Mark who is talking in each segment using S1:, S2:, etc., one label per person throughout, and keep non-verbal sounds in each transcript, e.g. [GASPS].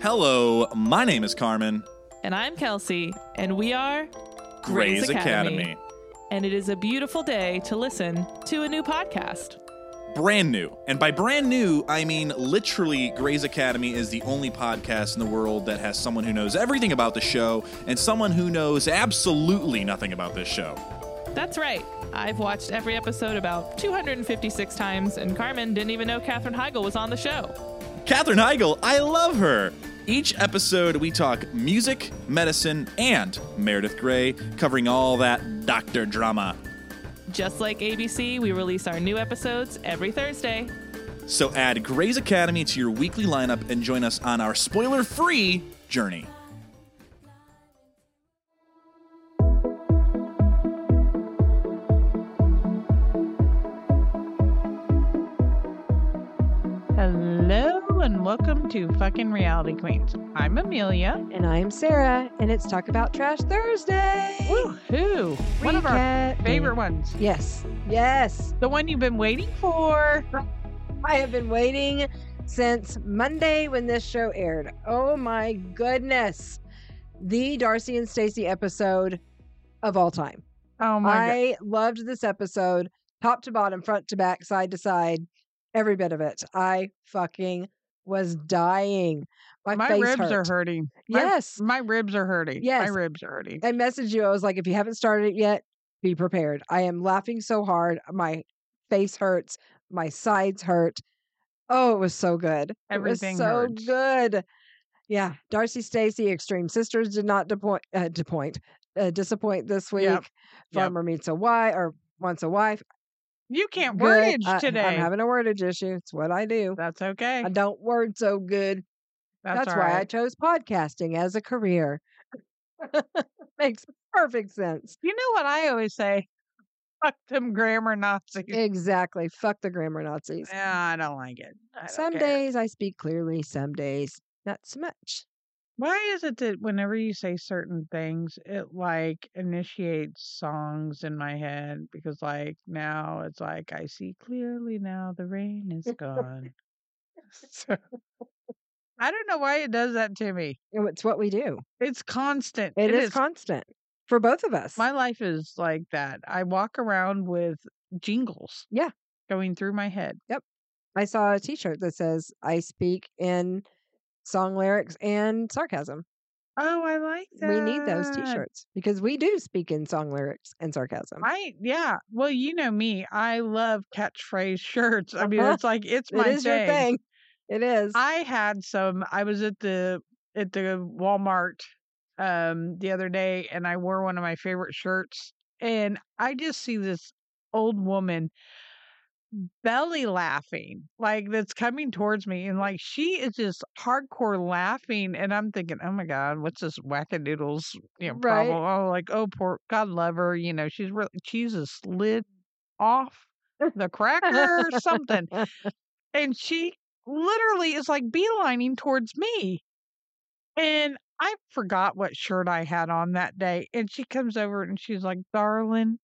S1: Hello, my name is Carmen.
S2: And I'm Kelsey, and we are
S1: Gray's Academy.
S2: And it is a beautiful day to listen to a new podcast.
S1: Brand new. And by brand new, I mean literally Gray's Academy is the only podcast in the world that has someone who knows everything about the show and someone who knows absolutely nothing about this show.
S2: That's right. I've watched every episode about 256 times, and Carmen didn't even know Katherine Heigl was on the show.
S1: Katherine Heigl, I love her. Each episode, we talk music, medicine, and Meredith Grey, covering all that doctor drama.
S2: Just like ABC, we release our new episodes every Thursday.
S1: So add Grey's Academy to your weekly lineup and join us on our spoiler free journey.
S3: Hello and welcome to fucking Reality Queens. I'm Amelia.
S4: And I'm Sarah, and it's Talk About Trash Thursday.
S3: Woohoo! One of our
S4: Recap.
S3: favorite ones.
S4: Yes, yes.
S3: The one you've been waiting for.
S4: I have been waiting since Monday when this show aired. Oh my goodness. The Darcy and Stacy episode of all time.
S3: Oh my god.
S4: I loved this episode, top to bottom, front to back, side to side, every bit of it. I fucking was dying. My,
S3: My
S4: face
S3: ribs
S4: hurt.
S3: are hurting. My-
S4: Yes.
S3: My ribs are hurting.
S4: Yes.
S3: My ribs are hurting.
S4: I messaged you. I was like, if you haven't started it yet, be prepared. I am laughing so hard. My face hurts. My sides hurt. Oh, it was so good.
S3: Everything
S4: it was so
S3: hurts.
S4: good. Yeah, Darcy Stacy, Extreme Sisters did not depoint, uh, depoint, uh, disappoint this week.
S3: Yep. Yep.
S4: Farmer meets a wife or wants a wife.
S3: You can't
S4: Good.
S3: wordage
S4: I-
S3: today.
S4: I'm having a wordage issue. It's what I do.
S3: That's okay.
S4: I don't word so good.
S3: That's,
S4: That's,
S3: all
S4: why I
S3: right.
S4: chose podcasting as a career. [LAUGHS] Makes perfect sense.
S3: you know what I always say? [LAUGHS] Fuck them grammar Nazis.
S4: Exactly. Fuck the grammar Nazis.
S3: Yeah, I don't like it. I don't
S4: Some
S3: care.
S4: days I speak clearly, some days not so much.
S3: Why is it that whenever you say certain things, it like initiates songs in my head? Because like now it's like I see clearly now the rain is
S4: [LAUGHS]
S3: gone. [LAUGHS] so I don't know why it does that to me.
S4: And It's what we do.
S3: It's constant.
S4: it is, constant for both of us.
S3: my life is like that. I walk around with jingles.
S4: Yeah.
S3: Going through my head.
S4: I saw a t shirt that says, I speak in song lyrics and sarcasm.
S3: Oh, I like that.
S4: We need those t shirts because we do speak in song lyrics and sarcasm.
S3: I yeah. Well, you know me. I love catchphrase [LAUGHS] shirts. I mean,
S4: Uh-huh.
S3: it's like it's my
S4: it is your thing. It is.
S3: I had some. I was at the at the Walmart um the other day, and I wore one of my favorite shirts, and I just see this old woman belly laughing like that's coming towards me and like she is just hardcore laughing and i'm thinking oh my god what's this wackadoodles you know
S4: Right.
S3: problem oh like oh poor god love her you know she's really she's a slid off the cracker or something and she literally is like beelining towards me. And I forgot what shirt I had on that day. And she comes over and she's like, Darling,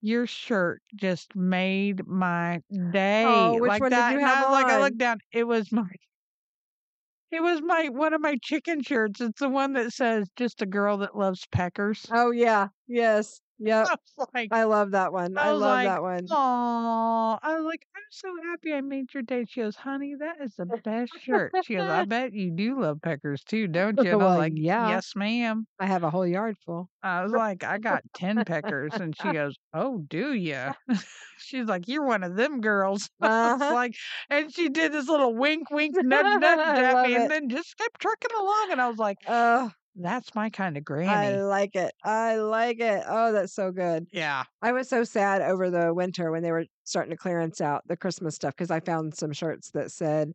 S3: your shirt just made my day.
S4: Oh, which
S3: like
S4: one did
S3: that.
S4: you
S3: and
S4: have
S3: I, Like I
S4: on?
S3: looked down, it was my [LAUGHS] it was my one of my chicken shirts. It's the one that says just a girl that loves peckers. [LAUGHS]
S4: oh, yeah. Yes. Yep.
S3: I was like,
S4: I love that one.
S3: Oh. I
S4: I
S3: was
S4: love
S3: like,
S4: that one.
S3: Aw, I was like, I'm so happy I made your day. She goes, honey, that is the best shirt. She goes,
S4: [LAUGHS]
S3: I bet you do love peckers too, don't you? And I was
S4: Well,
S3: like,
S4: yeah.
S3: yes, ma'am.
S4: I have a whole yard full.
S3: I was like, I got 10 peckers. And she goes, oh, do
S4: [LAUGHS]
S3: you? [LAUGHS] She's like, you're one of them girls. [LAUGHS] [LAUGHS] I was
S4: Uh-huh.
S3: like, and she did this little wink, wink, nudge, nudge
S4: [LAUGHS] I
S3: at me,
S4: love
S3: and then just kept trucking along. And I was like,
S4: Oh,
S3: that's my kind of
S4: I
S3: granny.
S4: like it. I like it. Oh, that's so good.
S3: yeah.
S4: I was so sad over the winter when they were starting to clearance out the Christmas stuff because I found some shirts that said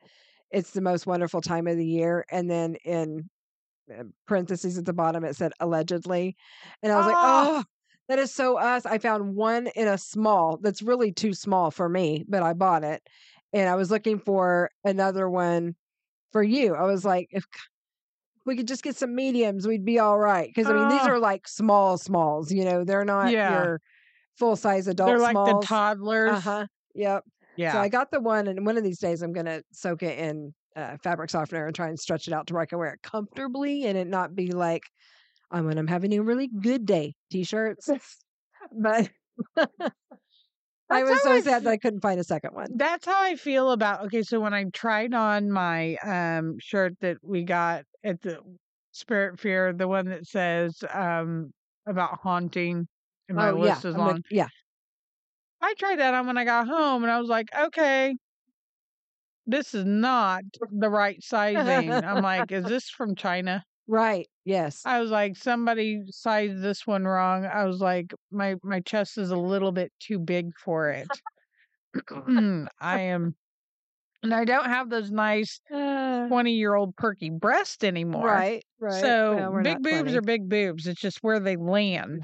S4: it's the most wonderful time of the year. And then in uh, parentheses at the bottom, it said allegedly. And I was like,
S3: Ah.
S4: oh, that is so us. I found one in a small that's really too small for me, but I bought it. And I was looking for another one for you. I was like, if c- we could just get some mediums, we'd be all right. Because I mean, these
S3: Ah.
S4: are like small smalls, you know, they're not
S3: Yeah.
S4: your full size adult
S3: They're like
S4: smalls.
S3: the toddlers.
S4: Uh huh. Yep.
S3: Yeah.
S4: So I got the one, and one of these days I'm gonna soak it in uh, fabric softener and try and stretch it out to where I can wear it comfortably and it not be like I'm when I'm having a really good day
S3: [LAUGHS]
S4: t-shirts. but [LAUGHS] I
S3: That's
S4: was
S3: how
S4: so
S3: I
S4: sad that
S3: feel-
S4: I couldn't find a second one.
S3: That's how I feel about okay. So when I tried on my um shirt that we got at the Spirit Fear, the one that says um about haunting, and my
S4: oh yeah,
S3: list is
S4: I'm
S3: long.
S4: like, yeah.
S3: I tried that on when I got home, and I was like, okay, this is not the
S4: [LAUGHS]
S3: right sizing. I'm like, is this from China?
S4: Right. Yes.
S3: I was like, somebody sized this one wrong. I was like, my my chest is a little bit too big for
S4: [LAUGHS]
S3: it. [CLEARS THROAT] I am, and I don't have those nice twenty year old perky breasts anymore.
S4: Uh-huh. Uh, Right. Right.
S3: So
S4: Well, we're
S3: big
S4: not
S3: boobs
S4: 20.
S3: are big boobs. It's just where they land.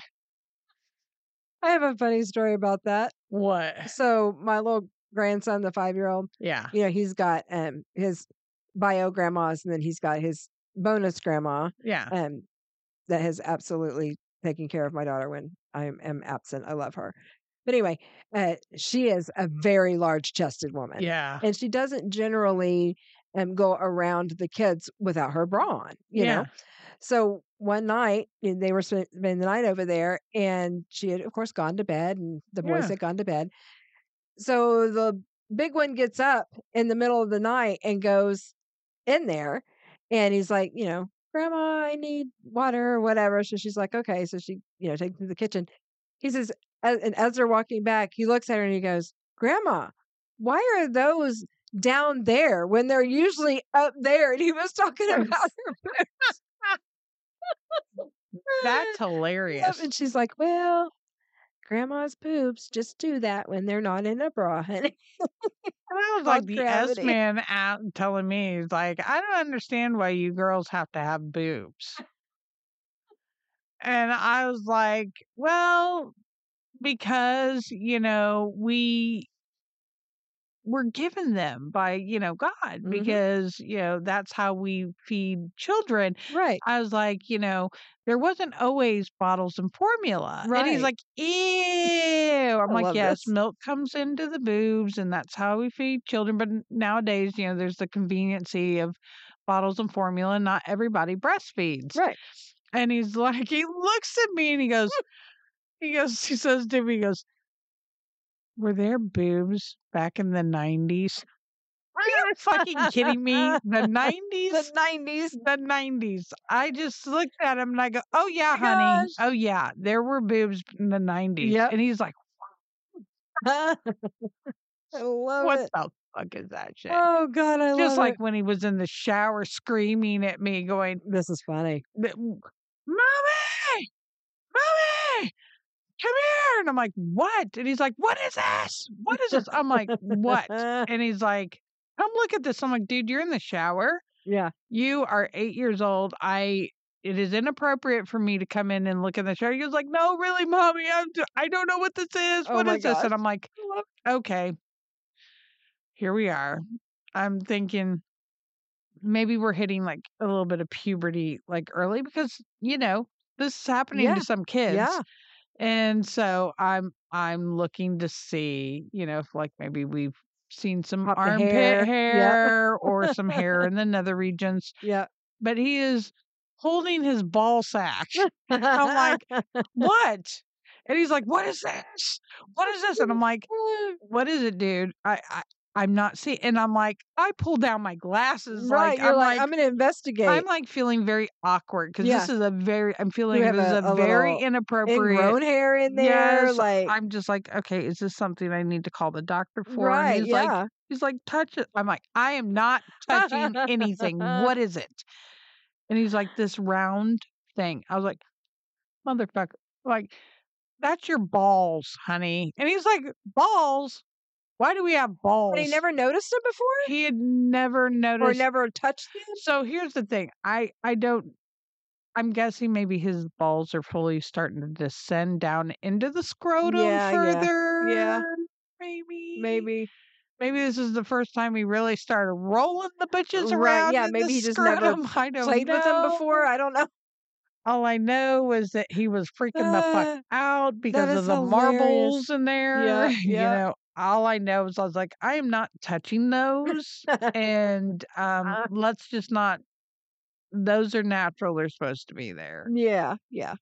S4: I have a funny story about
S3: [LAUGHS]
S4: that.
S3: What?
S4: So my little grandson, the five year old,
S3: Yeah.
S4: you know, he's got um his bio grandmas and then he's got his bonus grandma
S3: Yeah.
S4: um that has absolutely taken care of my daughter when I am- am absent. I love her. But anyway, uh, she is a very large chested woman.
S3: Yeah.
S4: And she doesn't generally um, go around the kids without her bra on, you
S3: yeah.
S4: know? So one night you know, they were spend- spending the night over there, and she had, of course, gone to bed, and the boys
S3: Yeah.
S4: had gone to bed. So the big one gets up in the middle of the night and goes in there, and he's like, you know, Grandma, I need water or whatever. So she's like, okay. So she, you know, takes him to the kitchen. He says, a- and as they're walking back, he looks at her and he goes, Grandma, why are those down there when they're usually up there? And he was talking about her
S3: [LAUGHS] That's
S4: [LAUGHS] Yep,
S3: hilarious.
S4: And she's like, "Well, grandma's boobs just do that when they're not in a bra, honey."
S3: And I was like
S4: called
S3: the S
S4: gravity.
S3: man out telling me, he's like, I don't understand why you girls have to have boobs. And I was like, well, because, you know, we were given them by, you know, God,
S4: Mhm.
S3: because, you know, that's how we feed children.
S4: [LAUGHS] Right.
S3: I was like, you know, there wasn't always bottles and formula. And he's
S4: Right.
S3: like, ew. I'm
S4: I
S3: like,
S4: love
S3: yes,
S4: this.
S3: milk comes into the boobs and that's how we feed children. But n- nowadays, you know, there's the conveniency of bottles and formula. and Not everybody breastfeeds.
S4: Right.
S3: And he's [LAUGHS] like, he looks at me and he
S4: [LAUGHS]
S3: goes, he goes, he says to me, he goes, were there boobs back in the 90s? Are you fucking kidding me? The 90s?
S4: [LAUGHS] The nineties. [LAUGHS]
S3: the 90s. I just looked at him and I go, Oh, yeah,
S4: my
S3: honey.
S4: gosh.
S3: Oh, yeah. There were boobs in the 90s.
S4: Yep.
S3: And he's like,
S4: I love
S3: What
S4: it.
S3: the fuck is that shit?
S4: Oh God, I
S3: just
S4: love
S3: like
S4: it.
S3: when he was in the shower screaming at me, going,
S4: This is funny.
S3: "Th- Mommy, Mommy, come here. And I'm like, What? And he's like, What is this? What is this? I'm like,
S4: [LAUGHS]
S3: What? And he's like, Come look at this. I'm like, Dude, you're in the shower.
S4: yeah.
S3: you are eight years old. I it is inappropriate for me to come in and look in the shower. He was like, no, really, mommy, I'm d- I don't know what this is.
S4: Oh
S3: What is
S4: my
S3: this?
S4: gosh.
S3: And I'm like,
S4: I love
S3: okay, here we are. I'm thinking maybe we're hitting like a little bit of puberty like early because you know this is happening
S4: Yeah.
S3: to some kids.
S4: Yeah.
S3: And so I'm I'm looking to see, you know, if like maybe we've seen some
S4: Pop the
S3: armpit
S4: hair.
S3: hair,
S4: Yep.
S3: or some
S4: [LAUGHS]
S3: hair in the nether regions
S4: Yeah.
S3: but he is holding his ball
S4: [LAUGHS]
S3: sack. [LAUGHS] I'm like, what? And he's like, what is this? What is this? And I'm like, what is it, dude? I, I I'm not seeing. And I'm like, I pull down my glasses.
S4: right.
S3: Like,
S4: You're
S3: I'm
S4: like,
S3: like,
S4: I'm gonna investigate.
S3: I'm like feeling very awkward because
S4: Yeah.
S3: this is a very, I'm feeling
S4: have
S3: this is
S4: a-
S3: a,
S4: a
S3: very
S4: little
S3: inappropriate.
S4: Ingrown hair in there,
S3: Yes,
S4: like
S3: I'm just like, okay, is this something I need to call the doctor for?
S4: right.
S3: and he's like,
S4: yeah.
S3: he's like, touch it. I'm like, I am not touching
S4: [LAUGHS]
S3: anything. What is it? And he's like, this round thing. I was like, motherfucker, like, that's your balls, honey. And he's like, balls? Why do we have balls?
S4: But he never noticed it before.
S3: He had never
S4: or
S3: noticed.
S4: never touched them.
S3: so here's the thing. I I don't. I'm guessing maybe his balls are fully starting to descend down into the scrotum
S4: Yeah, yeah, yeah.
S3: further. Maybe.
S4: Maybe
S3: Maybe this is the first time he really started rolling the bitches
S4: Right,
S3: around.
S4: yeah,
S3: in
S4: maybe
S3: the
S4: he just never
S3: scrotum. [LAUGHS] I don't
S4: played with them
S3: know.
S4: before. I don't know.
S3: All I know was that he was freaking the
S4: Uh,
S3: fuck out because
S4: is
S3: of the
S4: hilarious.
S3: marbles in there. [LAUGHS]
S4: Yeah,
S3: You
S4: yeah.
S3: know, all I know is I was like, I am not touching
S4: [LAUGHS]
S3: those. and um,
S4: Uh.
S3: let's just not, those are natural. They're supposed to be there.
S4: [LAUGHS] Yeah, yeah.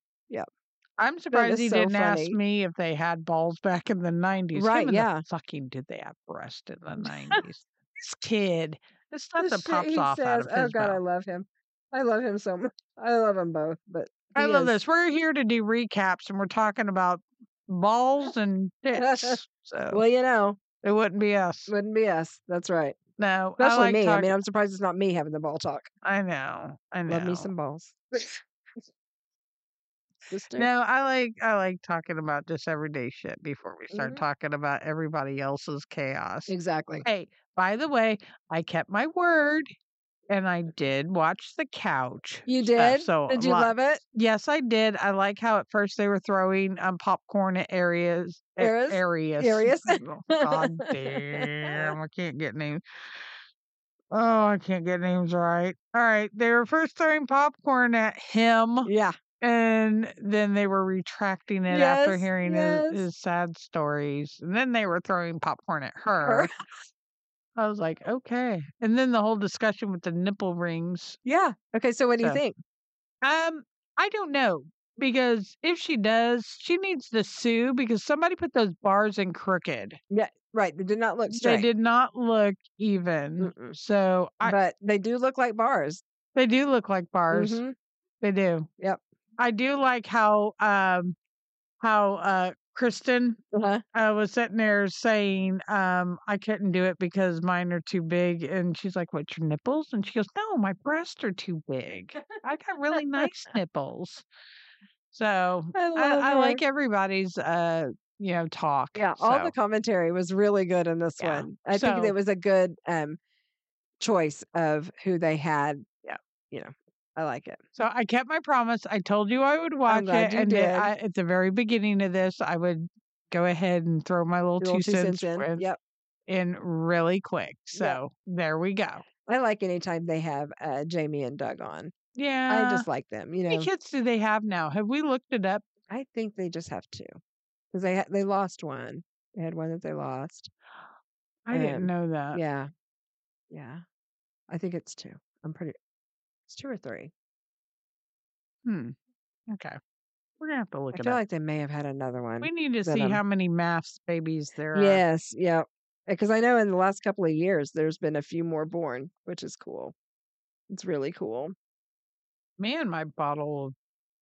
S3: I'm surprised
S4: is
S3: he
S4: so
S3: didn't ask
S4: funny.
S3: me if they had balls back in the 90s.
S4: Right,
S3: Who in the
S4: yeah.
S3: fucking did they have breasts in
S4: [LAUGHS]
S3: the 90s? this kid. This stuff
S4: The
S3: that
S4: shit
S3: pops
S4: he
S3: off out of
S4: says, oh
S3: his
S4: god, I
S3: mouth.
S4: love him. I love him so much. I love them both, but
S3: I
S4: he
S3: love
S4: is-
S3: this. We're here to do recaps and we're talking about balls and
S4: [LAUGHS]
S3: tits. So
S4: Well, you know,
S3: it wouldn't be us.
S4: wouldn't be us. That's right.
S3: No, I
S4: Especially
S3: like
S4: me. I
S3: talking-
S4: mean, I'm surprised it's not me having the ball talk.
S3: I know. I know.
S4: Love me some [LAUGHS] balls. Sister.
S3: No, I like I like talking about just everyday shit before we start
S4: Mhm.
S3: talking about everybody else's chaos.
S4: Exactly.
S3: Hey, by the way, I kept my word and I did watch the couch.
S4: You
S3: stuff,
S4: did?
S3: so
S4: did you
S3: lo-
S4: love it?
S3: Yes, I did. I like how at first they were throwing um popcorn at areas a-
S4: Areas?
S3: areas.
S4: Areas?
S3: Oh, God damn, I can't get names. Oh, I can't get names right. All right. They were first throwing popcorn at him
S4: Yeah.
S3: and then they were retracting it after
S4: Yes,
S3: hearing
S4: yes.
S3: his, his sad stories and then they were throwing popcorn at her
S4: Her.
S3: [LAUGHS] i was like okay and then the whole discussion with the nipple rings
S4: Yeah. Okay. So, what do you
S3: So,
S4: think?
S3: um i don't know because if she does she needs to sue because somebody put those bars in crooked
S4: Right. They did not look
S3: they
S4: straight,
S3: did not look even
S4: Mm-mm.
S3: so I,
S4: but they do look like bars.
S3: they do look like bars
S4: Mhm.
S3: They do.
S4: Yep.
S3: I do like how um how uh Kristen
S4: Uh-huh.
S3: uh, was sitting there saying, um, I couldn't do it because mine are too big and she's like, What's your nipples? And she goes, No, my breasts are too big. I got really
S4: [LAUGHS]
S3: nice nipples. So
S4: I
S3: I,
S4: love
S3: I like
S4: her.
S3: everybody's uh you know talk.
S4: Yeah. All
S3: so.
S4: the commentary was really good in this
S3: Yeah.
S4: one. I think
S3: So-
S4: it was a good um choice of who they had.
S3: Yeah.
S4: You know, I like it.
S3: So I kept my promise. I told you I would watch
S4: glad
S3: it,
S4: you
S3: and
S4: did.
S3: I, at the very beginning of this, I would go ahead and throw my little,
S4: Little
S3: two, cents,
S4: in.
S3: worth
S4: Yep.
S3: in really quick. So there we go.
S4: I like anytime they have uh, Jamie and Doug on.
S3: Yeah.
S4: I just like them. You
S3: how many
S4: know,
S3: kids do Uh, they have now? Have we looked it up?
S4: I think they just have two because they ha- they lost one. They had one that they lost.
S3: I didn't
S4: Um,
S3: know that.
S4: yeah, yeah. I think it's two. I'm pretty. It's two or three.
S3: Hmm. Okay. We're gonna have to look
S4: I
S3: it
S4: feel
S3: up.
S4: like they may have had another one.
S3: we need to
S4: that,
S3: see
S4: um,
S3: how many maths babies there are.
S4: Yes, yeah. Because I know in the last couple of years there's been a few more born, which is cool. It's really cool. [SIGHS]
S3: Man, my bottle of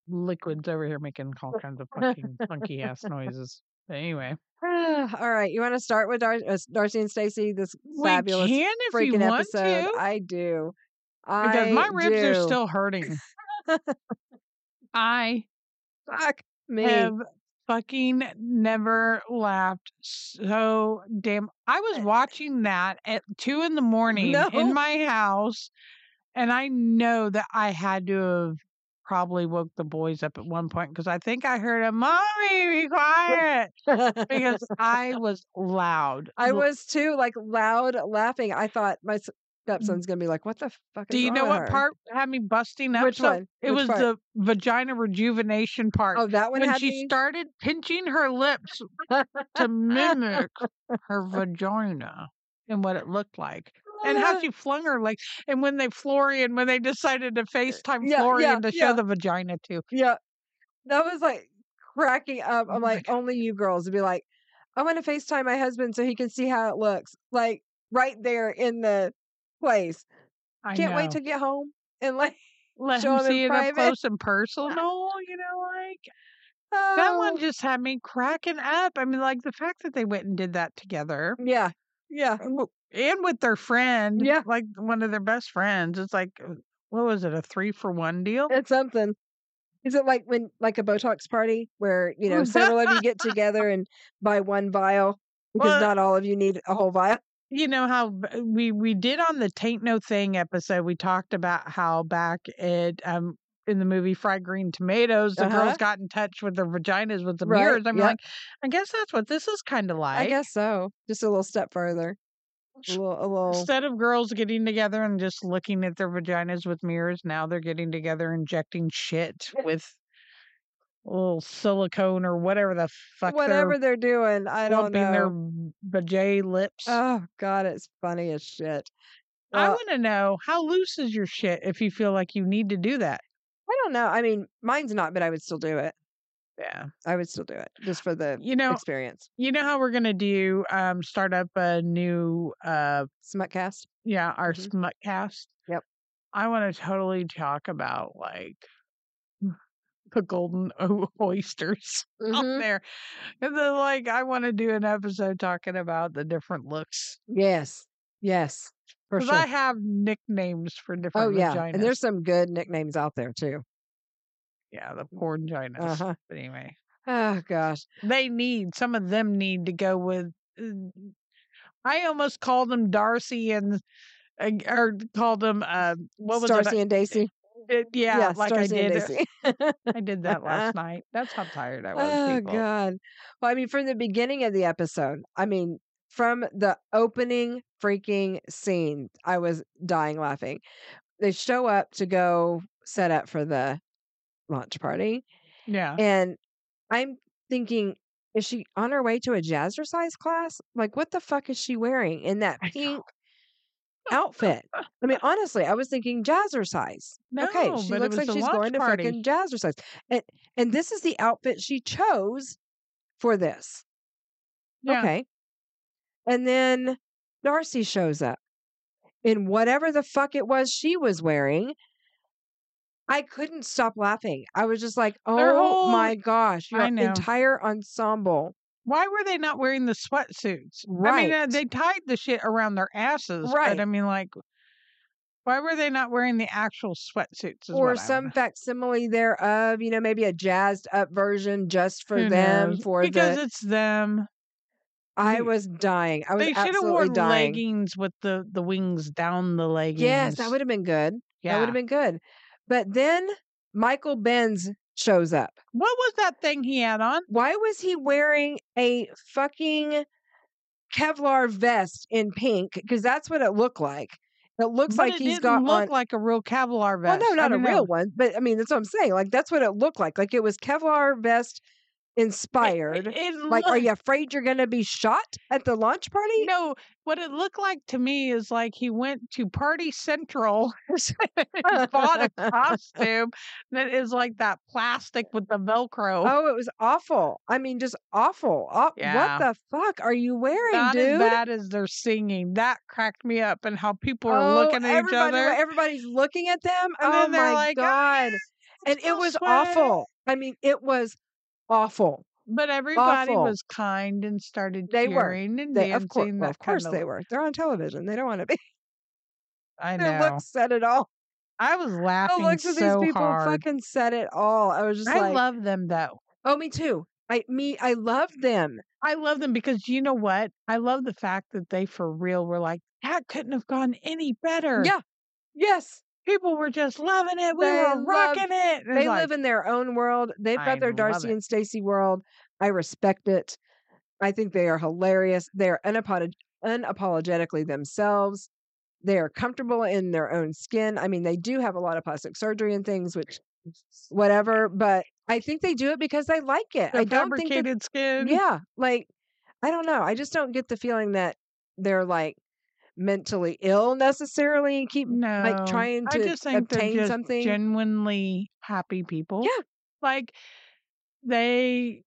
S3: liquids over here making all kinds of fucking funky ass noises. But anyway.
S4: All right, you want to start with Dar- uh, Darcy and Stacy? This fabulous
S3: we can if you
S4: freaking
S3: want
S4: episode.
S3: to.
S4: I do. I
S3: because my ribs are
S4: do.
S3: still hurting. I
S4: Fuck me.
S3: have fucking never laughed so damn. I was watching that at two in the morning
S4: Eh. No.
S3: in my house, and I know that I had to have probably woke the boys up at one point because I think I heard a mommy be quiet [LAUGHS]
S4: [LAUGHS]
S3: because I was loud.
S4: I
S3: L-
S4: was too, like loud laughing. I thought my s- stepson's gonna be like, "What the fuck?" Is
S3: Mm. Do you
S4: wrong
S3: know
S4: with
S3: what
S4: her?"
S3: part had me busting up?
S4: Which
S3: so
S4: one?
S3: It
S4: Which
S3: was
S4: part?
S3: the vagina rejuvenation part.
S4: Oh, that one
S3: when
S4: had
S3: she
S4: me.
S3: started pinching her
S4: [LAUGHS]
S3: lips to mimic her vagina and what it looked like. And
S4: [GASPS] Uh.
S3: how she flung her legs. And when they Florian, when they decided to FaceTime
S4: Uh, yeah,
S3: Florian to show
S4: yeah.
S3: the vagina to.
S4: yeah, that was like cracking up.
S3: Oh
S4: I'm
S3: my
S4: like, only you girls would be like, "I want to Facetime my husband so he can see how it looks." Like right there in the place.
S3: I
S4: Can't wait
S3: know.
S4: to get home and like
S3: let
S4: show
S3: him
S4: 'em in
S3: see it up
S4: private.
S3: close
S4: [LAUGHS]
S3: and personal. You know, like that one
S4: [LAUGHS] oh.
S3: just had me cracking up. I mean, like the fact that they went and did that together.
S4: Yeah, yeah.
S3: w- and with their friend,
S4: Mm, Yeah.
S3: like one of their best friends. It's like, uh, what was it, a three for one deal?
S4: It's something. Is it like when like a Botox party where you know several of you get together and buy one vial because
S3: Well-
S4: not all of you need a whole vial?
S3: You know how b- we we did on the Taint No Thing episode. We talked about how back at um in the movie Fried Green Tomatoes, the
S4: Uh-huh.
S3: girls got in touch with their vaginas with the
S4: Right,
S3: mirrors. I'm
S4: yep.
S3: like, I guess that's what this is kind of like.
S4: I guess so. Just a little step further. A little, a little.
S3: Instead of girls getting together and just looking at their vaginas with mirrors, now they're getting together injecting shit with little silicone or whatever the fuck
S4: Whatever they're doing, I
S3: they're
S4: don't
S3: lumping
S4: know.
S3: their b- bajay lips.
S4: Oh God, it's funny as shit.
S3: I
S4: Uh,
S3: want to know how loose is your shit if you feel like you need to do that.
S4: I don't know. I mean, mine's not, but I would still do it.
S3: Yeah,
S4: I would still do it just for the
S3: you know,
S4: experience.
S3: you know how we're gonna do um start up a new uh
S4: Smutcast.
S3: yeah our
S4: Mhm.
S3: smut cast.
S4: Yep.
S3: I want to totally talk about like the golden [LAUGHS] o- oysters out
S4: Mhm.
S3: there, and then like I want to do an episode talking about the different looks
S4: Yes. Yes. For
S3: because
S4: sure.
S3: I have nicknames for
S4: oh
S3: different
S4: yeah,
S3: vaginas.
S4: and there's some good nicknames out there too.
S3: yeah the porn vaginas.
S4: Uh-huh.
S3: But anyway.
S4: Oh gosh.
S3: they need some of them need to go with uh, i almost called them darcy and uh, or called them uh what was
S4: Starsy
S3: it
S4: and Daisy.
S3: I did- yeah,
S4: yeah,
S3: like
S4: Starsy
S3: i
S4: and
S3: did [LAUGHS]
S4: Daisy.
S3: i did that
S4: [LAUGHS]
S3: last night that's how tired i was
S4: Oh
S3: people.
S4: God! Well, I mean, from the beginning of the episode, I mean, from the opening freaking scene, I was dying laughing. They show up to go set up for the launch party,
S3: yeah
S4: and I'm thinking, is she on her way to a jazzercise class? Like, what the fuck is she wearing in that
S3: I know. [LAUGHS]
S4: pink outfit? I mean, honestly, I was thinking jazzercise. okay,
S3: No,
S4: she
S3: but it
S4: looks
S3: was
S4: like
S3: the
S4: she's
S3: launch
S4: going to
S3: party.
S4: fucking jazzercise, and and this is the outfit she chose for this.
S3: yeah
S4: Okay, and then Darcy shows up in whatever the fuck it was she was wearing. I couldn't stop laughing. I was just like,
S3: Their
S4: "Oh
S3: whole-
S4: my gosh, your
S3: I know.
S4: entire ensemble!"
S3: why were they not wearing the sweatsuits i mean uh,
S4: Right.
S3: they tied the shit around their asses
S4: Right.
S3: but i mean like why were they not wearing the actual sweatsuits? is what I
S4: or
S3: wanna-
S4: some facsimile thereof. You know, maybe a jazzed up version just for
S3: Who
S4: them.
S3: knows?
S4: For
S3: Mm-hmm. because
S4: the,
S3: it's them.
S4: I
S3: you-
S4: was dying. I was
S3: They should have
S4: absolutely
S3: worn
S4: dying.
S3: leggings with the the wings down the leggings.
S4: Yes, that would have been good. That
S3: Yeah.
S4: would have been good. But then Michael Benz shows up.
S3: What was that thing he had on?
S4: Why was he wearing a fucking Kevlar vest in pink? Because that's what it looked like. It looks
S3: But
S4: like
S3: it
S4: he's
S3: didn't
S4: got
S3: look
S4: on.
S3: like a real Kevlar
S4: well,
S3: vest.
S4: no,
S3: I
S4: not a
S3: don't know.
S4: real one, but I mean that's what I'm saying. Like that's what it looked like. Like it was Kevlar vest inspired.
S3: It, it
S4: like, are
S3: looked-
S4: you afraid you're going to be shot at the launch party?
S3: No, what it looked like to me is like he went to Party Central [LAUGHS] and bought a
S4: [LAUGHS]
S3: costume that is like that plastic with the Velcro.
S4: Oh, it was awful. I mean, just awful. Aw-
S3: Yeah.
S4: What the fuck are you wearing,
S3: not
S4: dude?
S3: as bad as they're singing. That cracked me up, and how people are
S4: Oh,
S3: looking at each
S4: everybody-
S3: other.
S4: Everybody's looking at them.
S3: And
S4: oh
S3: then they're
S4: my
S3: like, "Oh,
S4: god!
S3: yeah,
S4: and it
S3: no
S4: was
S3: sweat."
S4: awful. I mean, it was awful.
S3: But everybody
S4: Awful.
S3: was kind and started
S4: They were.
S3: cheering and
S4: They,
S3: dancing.
S4: of course, well,
S3: that
S4: of course,
S3: kind
S4: they were. They're on television. They don't want to be.
S3: I
S4: [LAUGHS] Their
S3: know.
S4: looks said it all.
S3: I was
S4: The
S3: laughing
S4: looks
S3: so
S4: of Oh, these people
S3: hard.
S4: fucking said it all. I was just
S3: I
S4: like,
S3: love them though.
S4: oh, me too. I me, I love them.
S3: I love them because you know what? I love the fact that they for real were like that couldn't have gone any better.
S4: Yeah. Yes.
S3: people were just loving it. We
S4: They
S3: were
S4: love-
S3: rocking it. And it's
S4: they
S3: like,
S4: live in their own world. They've
S3: I
S4: got their
S3: love
S4: Darcy
S3: it.
S4: and Stacy world. I respect it. I think they are hilarious. They are unapolog- unapologetically themselves. They are comfortable in their own skin. I mean, they do have a lot of plastic surgery and things, which whatever, but I think they do it because they like it.
S3: the
S4: I don't think that,
S3: fabricated skin.
S4: yeah, like I don't know. I just don't get the feeling that they're like mentally ill necessarily and keep
S3: No,
S4: trying
S3: I
S4: to
S3: just think they're
S4: obtain
S3: just
S4: something.
S3: genuinely happy people.
S4: Yeah.
S3: like they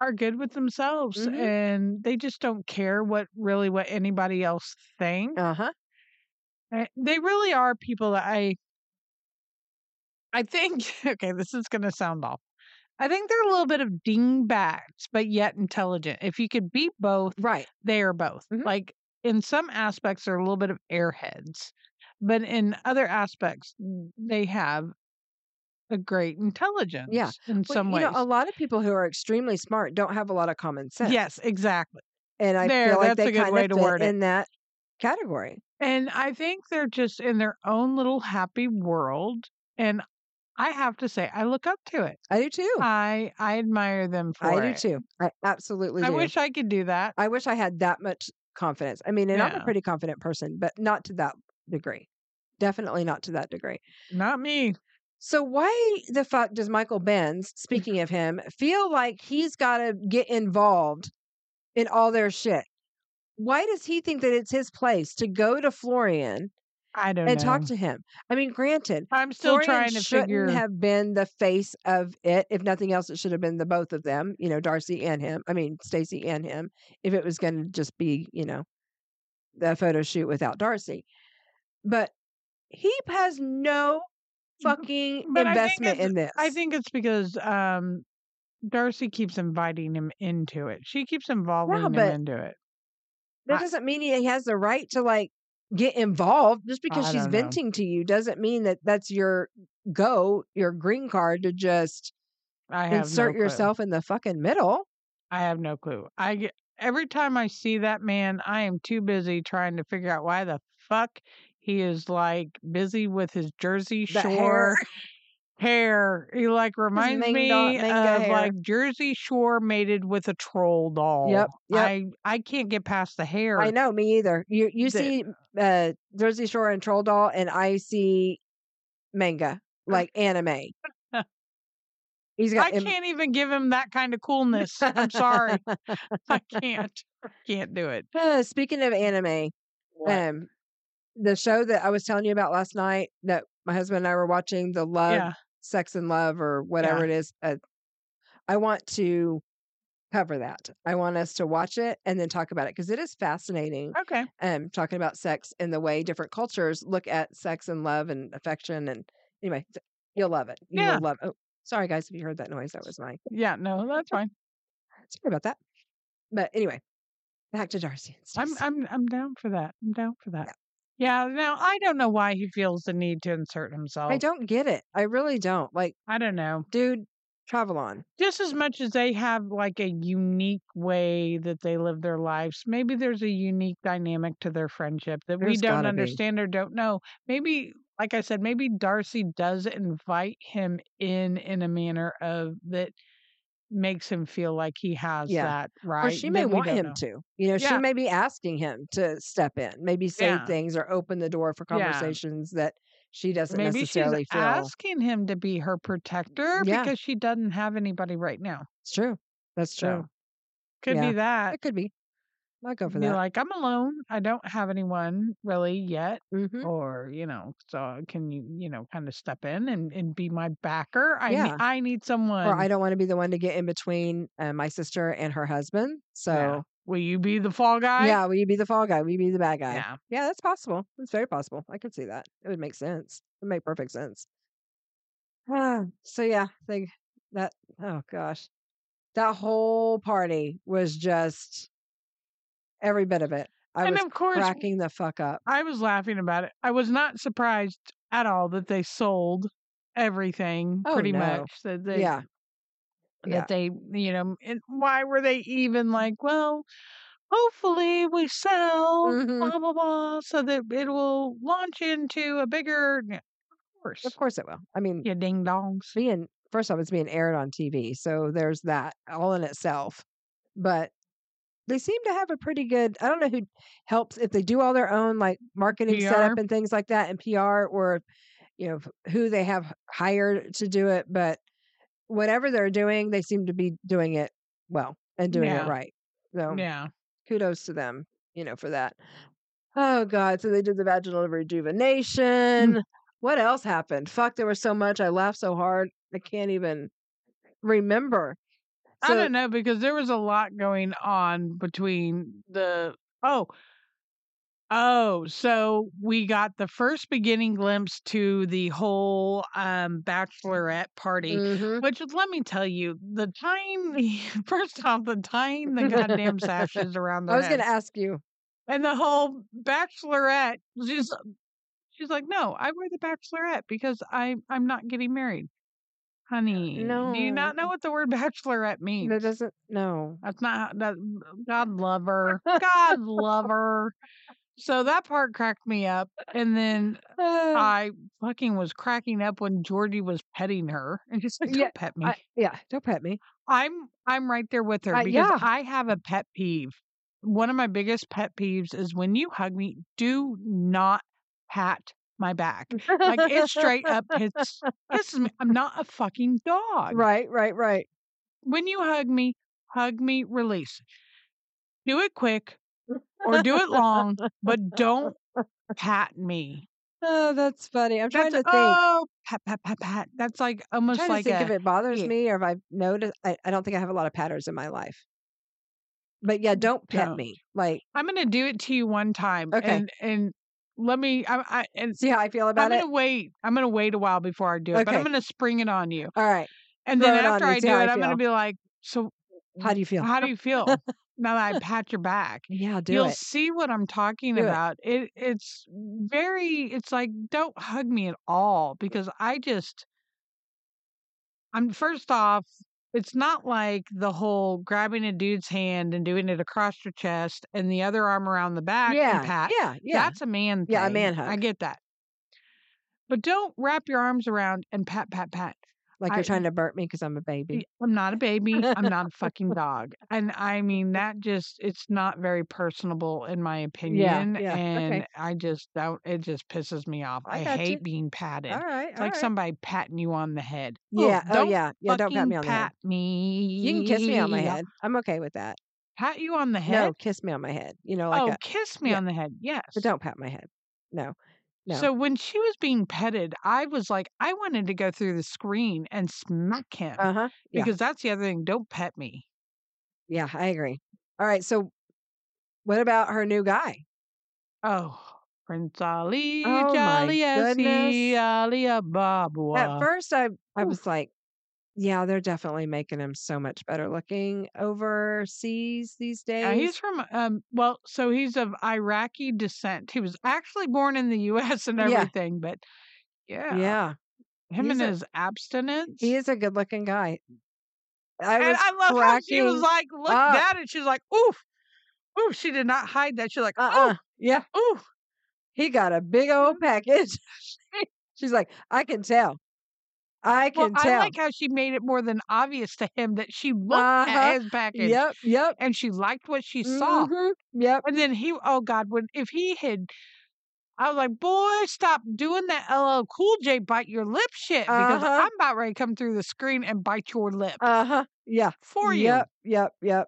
S3: are good with themselves
S4: Mhm.
S3: and they just don't care what really what anybody else thinks.
S4: uh-huh.
S3: Uh, They really are people that I I think [LAUGHS] okay, this is going to sound off. I think they're a little bit of dingbats, but yet intelligent. If you could be both,
S4: Right.
S3: they are both.
S4: Mhm.
S3: Like in some aspects, they're a little bit of airheads, but in other aspects, n- they have a great intelligence. in
S4: Well,
S3: some
S4: you
S3: ways.
S4: know, a lot of people who are extremely smart don't have a lot of common sense.
S3: yes, exactly.
S4: and I
S3: there,
S4: feel like
S3: that's a
S4: they
S3: good
S4: kind
S3: way
S4: of
S3: to
S4: fit
S3: word it.
S4: in that category.
S3: And I think they're just in their own little happy world. And I have to say, I look up to it.
S4: I do too.
S3: I I admire them for
S4: I do
S3: it.
S4: too. I absolutely
S3: I
S4: do.
S3: wish I could do that.
S4: I wish I had that much confidence. I mean, and I'm
S3: Yeah.
S4: a pretty confident person, but not to that degree. Definitely not to that degree.
S3: Not me.
S4: So why the fuck does Michael Benz, speaking of him, feel like he's got to get involved in all their shit? Why does he think that it's his place to go to Florian
S3: I don't
S4: and
S3: know.
S4: talk to him? I mean, granted,
S3: I'm still
S4: Florian
S3: trying to
S4: shouldn't
S3: figure.
S4: have been the face of it. If nothing else, it should have been the both of them. You know, Darcy and him. I mean, Stacy and him. If it was going to just be, you know, the photo shoot without Darcy, but he has no fucking
S3: but I think
S4: investment
S3: it's-
S4: in this.
S3: I think it's because um, Darcy keeps inviting him into it. She keeps involving him
S4: but-
S3: into it.
S4: that
S3: I-
S4: doesn't mean he has the right to like get involved just because
S3: I
S4: she's
S3: don't know.
S4: venting to you doesn't mean that that's your go your green card to just
S3: I have no
S4: insert
S3: clue.
S4: yourself in the fucking middle
S3: I have no clue. I get, every time I see that man, I am too busy trying to figure out why the fuck he is like busy with his Jersey
S4: the
S3: Shore hair.
S4: hair.
S3: He like reminds
S4: manga-
S3: me
S4: manga
S3: of
S4: hair.
S3: like Jersey Shore mated with a troll doll.
S4: yep yep
S3: I I can't get past the hair.
S4: I know me either you you
S3: The-
S4: see uh Jersey Shore and Troll Doll and I see manga like anime he's
S3: I
S4: got im-
S3: can't even give him that kind of coolness. I'm sorry. I can't. Can't do it.
S4: [LAUGHS] Uh, speaking of anime, um, the show that I was telling you about last night that my husband and I were watching, the Love,
S3: yeah.
S4: Sex and Love, or whatever it is. Uh, I want to cover that. I want us to watch it and then talk about it because it is fascinating.
S3: Okay.
S4: Um, talking about sex and the way different cultures look at sex and love and affection. And anyway, th- you'll love it. You
S3: Yeah.
S4: will love. Oh, sorry guys, if you heard that noise, that was my
S3: Yeah. No, that's fine.
S4: sorry about that. But anyway, back to Darcy. And
S3: I'm
S4: Stacey.
S3: I'm I'm down for that. I'm down for that. Yeah. Now I don't know why he feels the need to insert himself.
S4: I don't get it. I really don't. Like.
S3: I don't know.
S4: dude, travel on.
S3: Just as much as they have like a unique way that they live their lives, maybe there's a unique dynamic to their friendship that we
S4: There's
S3: don't
S4: gotta be.
S3: understand or don't know. Maybe, like I said, maybe Darcy does invite him in in a manner of that makes him feel like he has
S4: Yeah.
S3: that right.
S4: or she may
S3: that we
S4: want
S3: don't
S4: him
S3: know.
S4: to. You know,
S3: Yeah.
S4: she may be asking him to step in, maybe say
S3: Yeah.
S4: things or open the door for
S3: Yeah.
S4: conversations that she doesn't
S3: Maybe she's
S4: necessarily feel.
S3: asking him to be her protector
S4: Yeah.
S3: because she doesn't have anybody right now.
S4: It's true. That's true.
S3: So could
S4: Yeah.
S3: be that.
S4: It could be. I go for
S3: be
S4: that.
S3: like, I'm alone. I don't have anyone really yet.
S4: Mhm.
S3: Or, you know, so uh, can you, you know, kind of step in and, and be my backer? I
S4: Yeah.
S3: need, I need someone.
S4: Or I don't want to be the one to get in between uh, my sister and her husband.
S3: Yeah.
S4: So
S3: Will you be the fall guy?
S4: yeah, will you be the fall guy? Will you be the bad guy?
S3: Yeah.
S4: Yeah, that's possible. That's very possible. I could see that. It would make sense. It would make perfect sense. Ah, so yeah, they that oh gosh. That whole party was just every bit of it. I
S3: and
S4: was
S3: of course,
S4: cracking the fuck up.
S3: I was laughing about it. I was not surprised at all that they sold everything
S4: Oh,
S3: pretty
S4: no.
S3: much. That they,
S4: yeah.
S3: that
S4: yeah.
S3: they, you know, and why were they even like, well, hopefully we sell
S4: Mhm.
S3: blah blah blah, so that it will launch into a bigger. n- Of course,
S4: Of course it will. I mean,
S3: you ding dongs.
S4: being first off, it's being aired on TV, so there's that all in itself. But they seem to have a pretty good. I don't know who helps if they do all their own like marketing setup
S3: PR.
S4: and things like that and PR, or you know f- who they have h- hired to do it. But whatever they're doing, they seem to be doing it well and doing
S3: Yeah.
S4: it right. So
S3: Yeah,
S4: kudos to them, you know, for that. Oh God! So they did the vaginal rejuvenation.
S3: Mm.
S4: What else happened? Fuck! There was so much. I laughed so hard. I can't even remember.
S3: I
S4: So-
S3: don't know because there was a lot going on between the oh. Oh, so we got the first beginning glimpse to the whole um bachelorette party.
S4: Mhm.
S3: Which let me tell you, the tying the [LAUGHS] first off, the tying the goddamn sashes around their
S4: [LAUGHS] I was going to
S3: heads.
S4: ask you.
S3: and the whole bachelorette she's she's like, No, I wear the bachelorette because I I'm not getting married. Honey, do you not
S4: Uh, no.
S3: know what the word bachelorette means?
S4: That doesn't. No.
S3: That's not how- that. mm, God love
S4: [LAUGHS]
S3: her. God love her. So that part cracked me up, and then
S4: Uh. Ah,
S3: I fucking was cracking up when Georgie was petting her, and she's like, "Don't
S4: Yeah,
S3: pet me."
S4: I- yeah, don't pet me.
S3: I'm I'm right there with her
S4: Uh,
S3: because
S4: yeah.
S3: I have a pet peeve. One of my biggest pet peeves is when you hug me, do not pat my back. [LAUGHS] Like
S4: [LAUGHS]
S3: it's straight up hits pisses me. I'm not a fucking dog.
S4: Right, right, right.
S3: When you hug me, hug me, release. Do it quick or do it long, but don't pat me.
S4: Oh, that's funny. I'm trying
S3: That's
S4: to think.
S3: oh pat pat pat pat. That's like
S4: I'm
S3: almost
S4: trying
S3: like
S4: to think
S3: a,
S4: if it bothers
S3: yeah.
S4: me or if I've noticed. I, I don't think I have a lot of patterns in my life. But
S3: Mm,
S4: yeah, don't pet
S3: Don't.
S4: me. Like,
S3: I'm gonna do it to you one time.
S4: Okay.
S3: And and let me I, I and
S4: see how I feel
S3: I'm
S4: about it.
S3: gonna wait. I'm gonna wait a while before I do it, but I'm
S4: Okay.
S3: gonna spring it on you.
S4: All right.
S3: And
S4: Throw
S3: then
S4: it on
S3: after
S4: me,
S3: I
S4: see
S3: do it,
S4: how I
S3: I'm gonna
S4: feel.
S3: be like, so
S4: How do you feel?
S3: how do you
S4: [LAUGHS]
S3: feel now that I pat your back?
S4: Yeah, do
S3: You'll
S4: it.
S3: see what I'm talking
S4: Do it.
S3: about. It it's very it's like don't hug me at all because I just I'm first off, it's not like the whole grabbing a dude's hand and doing it across your chest and the other arm around the back
S4: yeah,
S3: and pat.
S4: yeah, yeah.
S3: That's a man
S4: Yeah, a
S3: thing.
S4: man
S3: I
S4: hug.
S3: get that. But don't wrap your arms around and pat pat pat.
S4: Like
S3: I-
S4: you're trying to burp me because I'm a baby.
S3: I'm not a baby. I'm not a
S4: [LAUGHS]
S3: fucking dog. And I mean that just it's not very personable in my opinion.
S4: yeah, okay.
S3: And I just don't it just pisses me off.
S4: I
S3: I,
S4: gotcha.
S3: hate being patted.
S4: All right.
S3: It's like somebody patting you on the head. Oh,
S4: Yeah. Oh,
S3: don't
S4: yeah. Yeah. Don't pat
S3: fucking
S4: me on the head.
S3: pat me.
S4: You can kiss me on my head. I'm okay with that.
S3: Pat you on the head?
S4: No, kiss me on my head. You know, like
S3: oh,
S4: a,
S3: kiss me
S4: yeah.
S3: on the head. Yes.
S4: but don't pat my head. No. no.
S3: So when she was being petted, I was like, I wanted to go through the screen and smack him
S4: Uh huh. yeah.
S3: because that's the other thing. Don't pet me.
S4: Yeah, I agree. All right. So, what about her new guy?
S3: Oh, Prince Ali,
S4: Oh my
S3: Jolly Essie,
S4: goodness.
S3: Ali Ababa.
S4: At first, I I
S3: Oof.
S4: was like, yeah, they're definitely making him so much better looking overseas these days.
S3: Yeah, he's from um well, so he's of Iraqi descent. He was actually born in the US and
S4: Yeah.
S3: everything, but yeah.
S4: yeah.
S3: Him
S4: he's
S3: and
S4: a-
S3: his abstinence.
S4: he is a good looking guy. I
S3: and
S4: was
S3: I love how she was
S4: cracking
S3: like, looked
S4: up.
S3: at it. She's like, oof. Oof. She did not hide that. She's like,
S4: uh uh
S3: oh, Mm-hmm.
S4: yeah,
S3: oof.
S4: he got a big old package. [LAUGHS] She's like, I can tell, I
S3: Well,
S4: can
S3: I
S4: tell.
S3: like how she made it more than obvious to him that she looked
S4: Uh-huh.
S3: at his package
S4: yep, yep,
S3: and she liked what she saw.
S4: mhm, yep.
S3: And then he, oh God, when if he had, I was like, boy, stop doing that LL Cool J bite your lip shit because
S4: Uh-huh.
S3: I'm about ready to come through the screen and bite your lip
S4: Uh huh. Yeah.
S3: for
S4: Yep, yep, yep.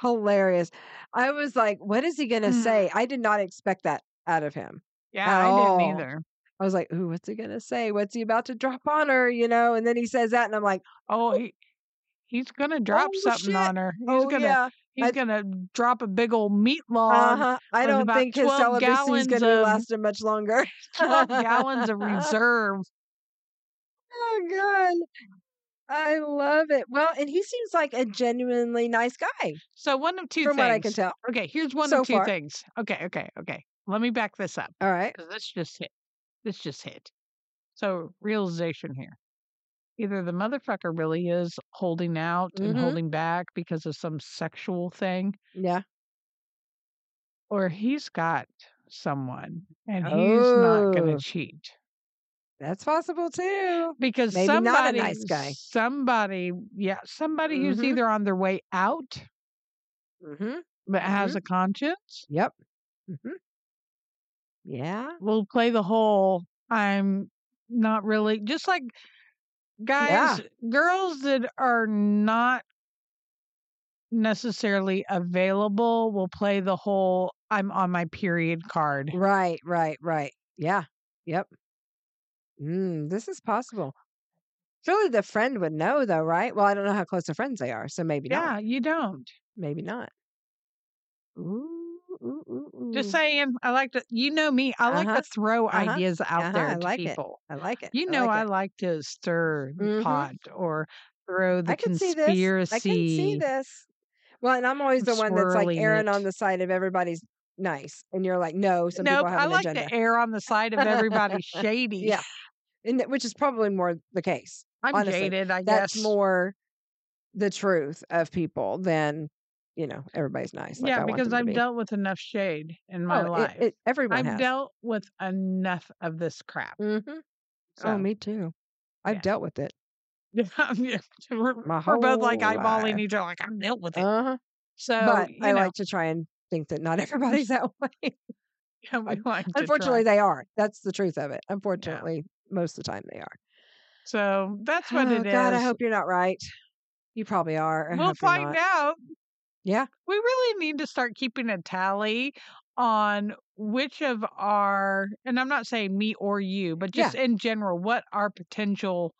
S4: Hilarious. I was like, what is he going to
S3: Mhm.
S4: say? I did not expect that out of him.
S3: you. Yeah,
S4: at
S3: I
S4: all.
S3: didn't either.
S4: I was like, ooh, what's he going to say? What's he about to drop on her? You know, and then he says that, and I'm like,
S3: Oh, he, he's gonna drop
S4: Oh,
S3: something
S4: shit.
S3: on her. He's
S4: oh,
S3: gonna
S4: yeah.
S3: he's
S4: I-
S3: gonna drop a big old meat log,
S4: Uh huh. I
S3: with
S4: don't
S3: Um, about
S4: think his
S3: 12
S4: celibacy is
S3: gallons
S4: going
S3: of-
S4: to last him much longer.
S3: [LAUGHS]
S4: [LAUGHS]
S3: twelve gallons of reserve.
S4: Oh, God. I love it. Well, and he seems like a genuinely nice guy,
S3: So one of two
S4: from
S3: things.
S4: what I can tell.
S3: Okay, here's one
S4: so
S3: of two
S4: far.
S3: things. Okay, okay, okay. Let me back this up.
S4: All right.
S3: because this just hit. This just hit. So realization here. Either the motherfucker really is holding out and
S4: Mhm.
S3: holding back because of some sexual thing,
S4: Yeah.
S3: or he's got someone and he's not going
S4: Oh.
S3: to cheat
S4: That's possible, too.
S3: because
S4: Maybe not a
S3: somebody,
S4: nice guy.
S3: somebody, yeah, somebody who's
S4: Mhm.
S3: either on their way out
S4: Mm-hmm.
S3: but has a conscience
S4: Yep. hmm Yeah.
S3: will play the whole I'm not really just like guys girls that are not necessarily available will play the whole I'm on my period card.
S4: Right. Right. Right. Yeah. Yep. Mm, this is possible. Surely the friend would know, though, right? Well, I don't know how close of friends they are, so maybe
S3: yeah,
S4: not.
S3: you don't.
S4: Maybe not. Ooh, ooh, ooh, ooh.
S3: Just saying I like to you know me, I like
S4: Mm. Uh-huh,
S3: to throw
S4: uh-huh,
S3: ideas out
S4: uh-huh,
S3: there
S4: I
S3: to
S4: like it.
S3: people.
S4: I like it.
S3: You
S4: I
S3: know
S4: like
S3: I
S4: it.
S3: like to stir the
S4: Mhm.
S3: pot or throw the
S4: I can see
S3: conspiracy.
S4: this. I can see this. Well, and I'm always
S3: I'm
S4: the one that's like
S3: swirling
S4: erring on
S3: it.
S4: the side of everybody's nice, and you're like, no, some
S3: nope,
S4: people have
S3: I
S4: an
S3: like
S4: agenda,
S3: to err on the side of
S4: [LAUGHS]
S3: everybody's shady.
S4: Yeah. and th- which is probably more the case.
S3: I'm
S4: honestly,
S3: jaded, I
S4: that's
S3: guess.
S4: more the truth of people than you know everybody's nice like
S3: yeah,
S4: I want
S3: because
S4: them to
S3: I've
S4: be.
S3: dealt with enough shade in
S4: oh,
S3: my
S4: it-
S3: life.
S4: it, everyone
S3: I've
S4: has
S3: dealt with enough of this crap.
S4: Mhm.
S3: So. [LAUGHS]
S4: oh me too I've
S3: yeah.
S4: dealt with it
S3: we're,
S4: my
S3: we're
S4: whole
S3: both like eyeballing
S4: life
S3: each other, like I've dealt with it.
S4: uh-huh.
S3: So
S4: but
S3: you [LAUGHS]
S4: I
S3: know,
S4: [LAUGHS]
S3: [LAUGHS]
S4: like to try and think that not everybody's that way
S3: I'm going to try.
S4: Unfortunately, they are. That's the truth of it. Unfortunately, most of the time they are.
S3: So that's what
S4: oh,
S3: it is.
S4: God, I hope you're not right. You probably are. I
S3: we'll
S4: hope you're
S3: find
S4: not.
S3: out.
S4: Yeah.
S3: We really need to start keeping a tally on which of our, and I'm not saying me or you, but
S4: Yeah.
S3: just in general, what our potential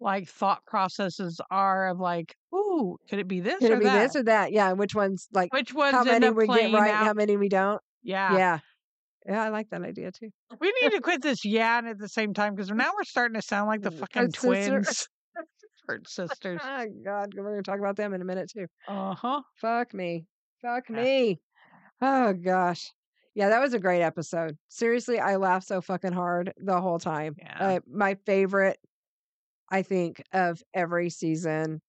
S3: like thought processes are of like, ooh, could it be this
S4: Could
S3: or
S4: it be
S3: that?
S4: this or that? Yeah. Which ones like
S3: which ones
S4: how
S3: end
S4: many
S3: up
S4: we get
S3: playing
S4: right,
S3: out?
S4: how many we don't?
S3: yeah.
S4: Yeah. yeah. I like that idea too.
S3: We need to quit this yeah and at the same time
S4: [LAUGHS]
S3: because now we're starting to sound like the
S4: Mm. Our
S3: fucking
S4: sister-
S3: twins. [LAUGHS] Hurt
S4: [LAUGHS]
S3: sisters.
S4: Oh God, we're gonna talk about them in a minute too.
S3: Uh huh.
S4: Fuck me. Fuck
S3: Yeah.
S4: me. Oh gosh. Yeah, that was a great episode. Seriously, I laughed so fucking hard the whole time.
S3: Yeah.
S4: Uh, my favorite, I think, of every season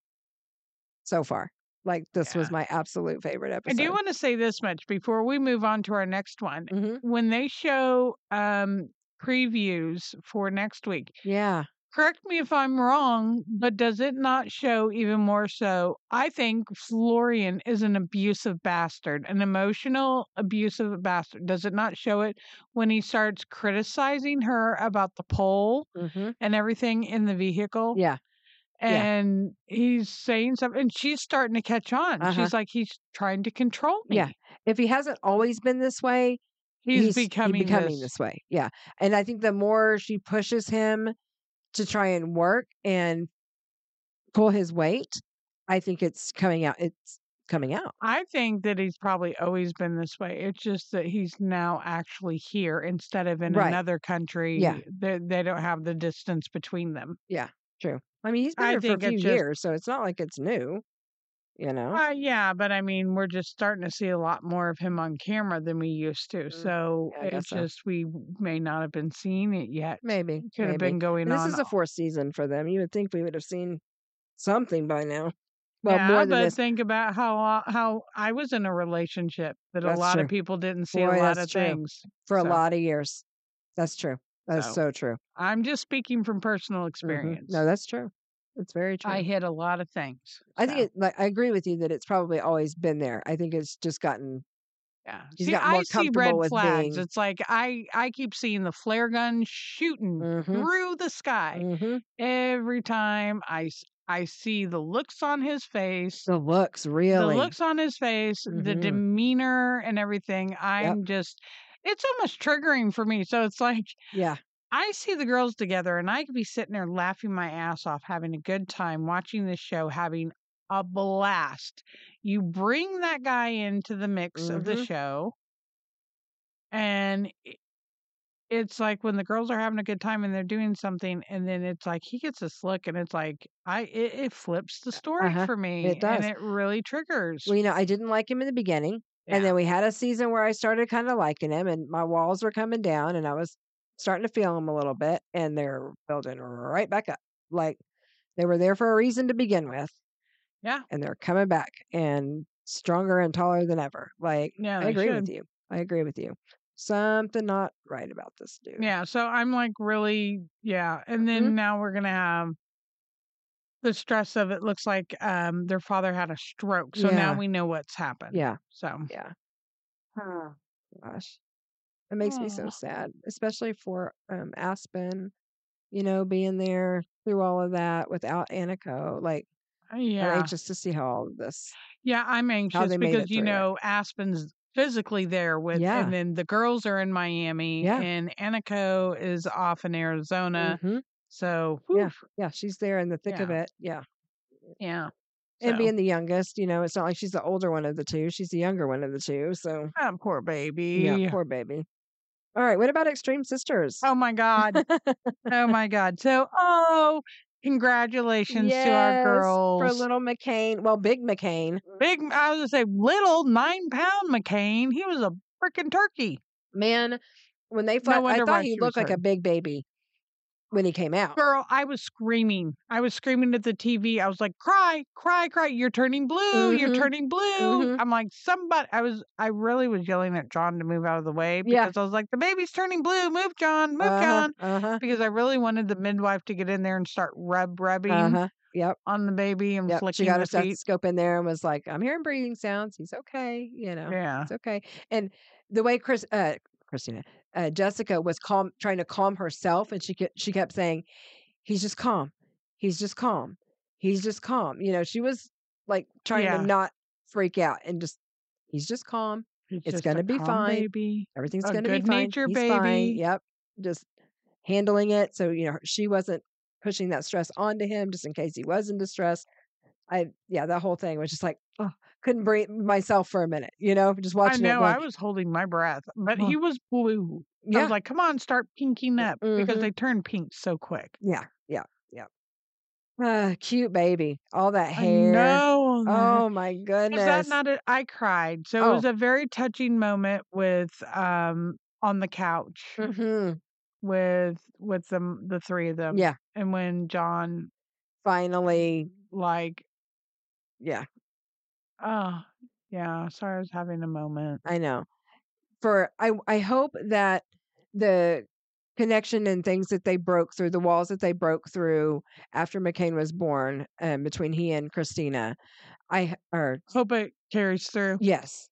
S4: so far. Like this was
S3: Yeah.
S4: my absolute favorite
S3: I
S4: episode.
S3: do want to say this much before we move on to our next one.
S4: hmm
S3: When they show um previews for next week,
S4: Yeah.
S3: correct me if I'm wrong, but does it not show even more so? I think Florian is an abusive bastard, an emotional abusive bastard. Does it not show it when he starts criticizing her about the pole
S4: hmm
S3: and everything in the vehicle?
S4: Yeah. yeah.
S3: And he's saying something, and she's starting to catch on.
S4: Uh-huh.
S3: She's like, he's trying to control me.
S4: Yeah. If he hasn't always been this way,
S3: He's,
S4: he
S3: becoming,
S4: becoming
S3: this.
S4: this. way. Yeah. And I think the more she pushes him to try and work and pull his weight, I think it's coming out. It's coming out.
S3: I think that he's probably always been this way. It's just that he's now actually here instead of in
S4: Right.
S3: another country. They, they don't have the distance between them.
S4: I mean, he's been
S3: I
S4: here for a
S3: think it
S4: few
S3: just-
S4: years, so it's not like it's new, you know?
S3: Uh, yeah, but I mean, we're just starting to see a lot more of him on camera than we used to.
S4: Mm.
S3: So
S4: Yeah, I guess
S3: it's
S4: so.
S3: just we may not have been seeing it yet.
S4: maybe.
S3: Could have
S4: maybe.
S3: been going
S4: And this
S3: on.
S4: is the fourth season for them. You would think we would have seen something by now. Well,
S3: yeah,
S4: more than
S3: but
S4: this.
S3: think about how uh, how I was in a relationship that
S4: That's
S3: a lot
S4: true.
S3: of people didn't see
S4: Boy,
S3: a lot
S4: that's
S3: of
S4: true.
S3: things.
S4: for a
S3: So,
S4: lot of years. That's true. That's
S3: So,
S4: so, true.
S3: I'm just speaking from personal
S4: Mhm.
S3: experience.
S4: No, that's true. It's very true.
S3: I hit a lot of things.
S4: I think
S3: so,
S4: it, like I agree with you that it's probably always been there. I think it's just gotten
S3: yeah.
S4: he's
S3: see,
S4: gotten more
S3: I see red
S4: comfortable with
S3: flags.
S4: being-
S3: It's like I I keep seeing the flare gun shooting
S4: Mhm.
S3: through the sky
S4: Mhm.
S3: every time. I s- I see the looks on his face.
S4: the looks really.
S3: The looks on his face, the
S4: Mhm.
S3: demeanor, and everything. I'm just. It's almost triggering for me. So it's like
S4: yeah,
S3: I see the girls together and I could be sitting there laughing my ass off, having a good time, watching this show, having a blast. You bring that guy into the mix of the
S4: Mhm.
S3: show, and i- it's like when the girls are having a good time and they're doing something, and then it's like he gets this look, and it's like I it, it flips the story
S4: Uh-huh.
S3: for me,
S4: does.
S3: and it really triggers.
S4: well, you know, I didn't like him in the beginning, and
S3: Yeah.
S4: then we had a season where I started kind of liking him, and my walls were coming down, and I was starting to feel him a little bit, and they're building right back up, like they were there for a reason to begin with,
S3: Yeah.
S4: and they're coming back and stronger and taller than ever. Like
S3: Yeah,
S4: I
S3: they
S4: agree
S3: should.
S4: with you. I agree with you. Something not right about this dude.
S3: Yeah, so I'm like really yeah. And then
S4: Mm-hmm.
S3: now we're gonna have the stress of it looks like um their father had a stroke. So now
S4: Yeah.
S3: we know what's happened.
S4: Yeah.
S3: So
S4: Yeah. Oh, gosh. It makes me
S3: Aw.
S4: so sad, especially for um, Aspen, you know, being there through all of that without Aniko. Like,
S3: uh, yeah.
S4: I'm anxious to see how all of this.
S3: yeah, I'm anxious
S4: they made
S3: because
S4: it
S3: you
S4: through it.
S3: know Aspen's physically there with
S4: Yeah.
S3: and then the girls are in Miami
S4: Yeah.
S3: and Aniko is off in Arizona.
S4: Mhm.
S3: So whew,
S4: Yeah, she's there in the thick of it. Yeah.
S3: yeah.
S4: And
S3: So,
S4: being the youngest, you know, it's not like she's the older one of the two. She's the younger one of the two. So,
S3: oh, poor baby.
S4: yeah, poor baby. All right. What about Extreme Sisters?
S3: Oh my God.
S4: [LAUGHS]
S3: oh my god so oh congratulations to our girls
S4: For little McCain. Well, big McCain.
S3: big i was gonna say little nine pound mccain he was a freaking turkey
S4: man, when they fought, I
S3: wonder why
S4: thought he
S3: she was
S4: looked like a
S3: hurt.
S4: big baby when he came out.
S3: girl i was screaming i was screaming at the tv i was like cry cry cry you're turning blue you're
S4: Mhm.
S3: turning blue
S4: Mhm.
S3: i'm like somebody i was i really was yelling at john to move out of the way
S4: Yeah.
S3: because i was like the baby's turning blue move john move john
S4: Uh huh.
S3: because i really wanted the midwife to get in there and start rub rubbing
S4: Uh huh. Yep.
S3: on the baby and
S4: Yep. She
S3: flicking
S4: got
S3: the
S4: her
S3: feet
S4: stethoscope in there and was like, "I'm hearing breathing sounds. He's okay. You know,
S3: yeah
S4: it's okay." And the way Chris, uh, Christina, uh, Jessica was calm, trying to calm herself, and she ke- she kept saying, "He's just calm. He's just calm. He's just calm." You know, she was like trying
S3: Yeah.
S4: to not freak out and just, "He's just calm. It's
S3: just a
S4: gonna be
S3: calm
S4: fine.
S3: Baby.
S4: Everything's
S3: A
S4: going to be
S3: good
S4: fine.
S3: nature
S4: He's fine."
S3: baby.
S4: Yep, just handling it. So you know, her- she wasn't pushing that stress onto him, just in case he was in distress. I yeah, that whole thing was just like, oh, couldn't breathe myself for a minute. You know, just
S3: I
S4: watching it.
S3: know.
S4: going,
S3: I was holding my breath, but
S4: Huh.
S3: he was blue. I
S4: yeah,
S3: was like, come on, start pinking up because
S4: mhm.
S3: they turn pink so quick.
S4: Yeah, yeah, yeah. Uh, cute baby, all that
S3: I
S4: hair.
S3: know. [LAUGHS]
S4: Oh my
S3: Was
S4: goodness! Oh.
S3: that not a, I cried. So it was a very touching moment with um on the couch
S4: Mhm.
S3: with with them the three of them.
S4: Yeah,
S3: And when John
S4: finally,
S3: like,
S4: yeah,
S3: oh yeah, sorry I was having a moment.
S4: I know. For I, I hope that the connection and things that they broke through, the walls that they broke through after McCain was born, um, between he and Christina, I h- or
S3: Hope it carries through.
S4: yes,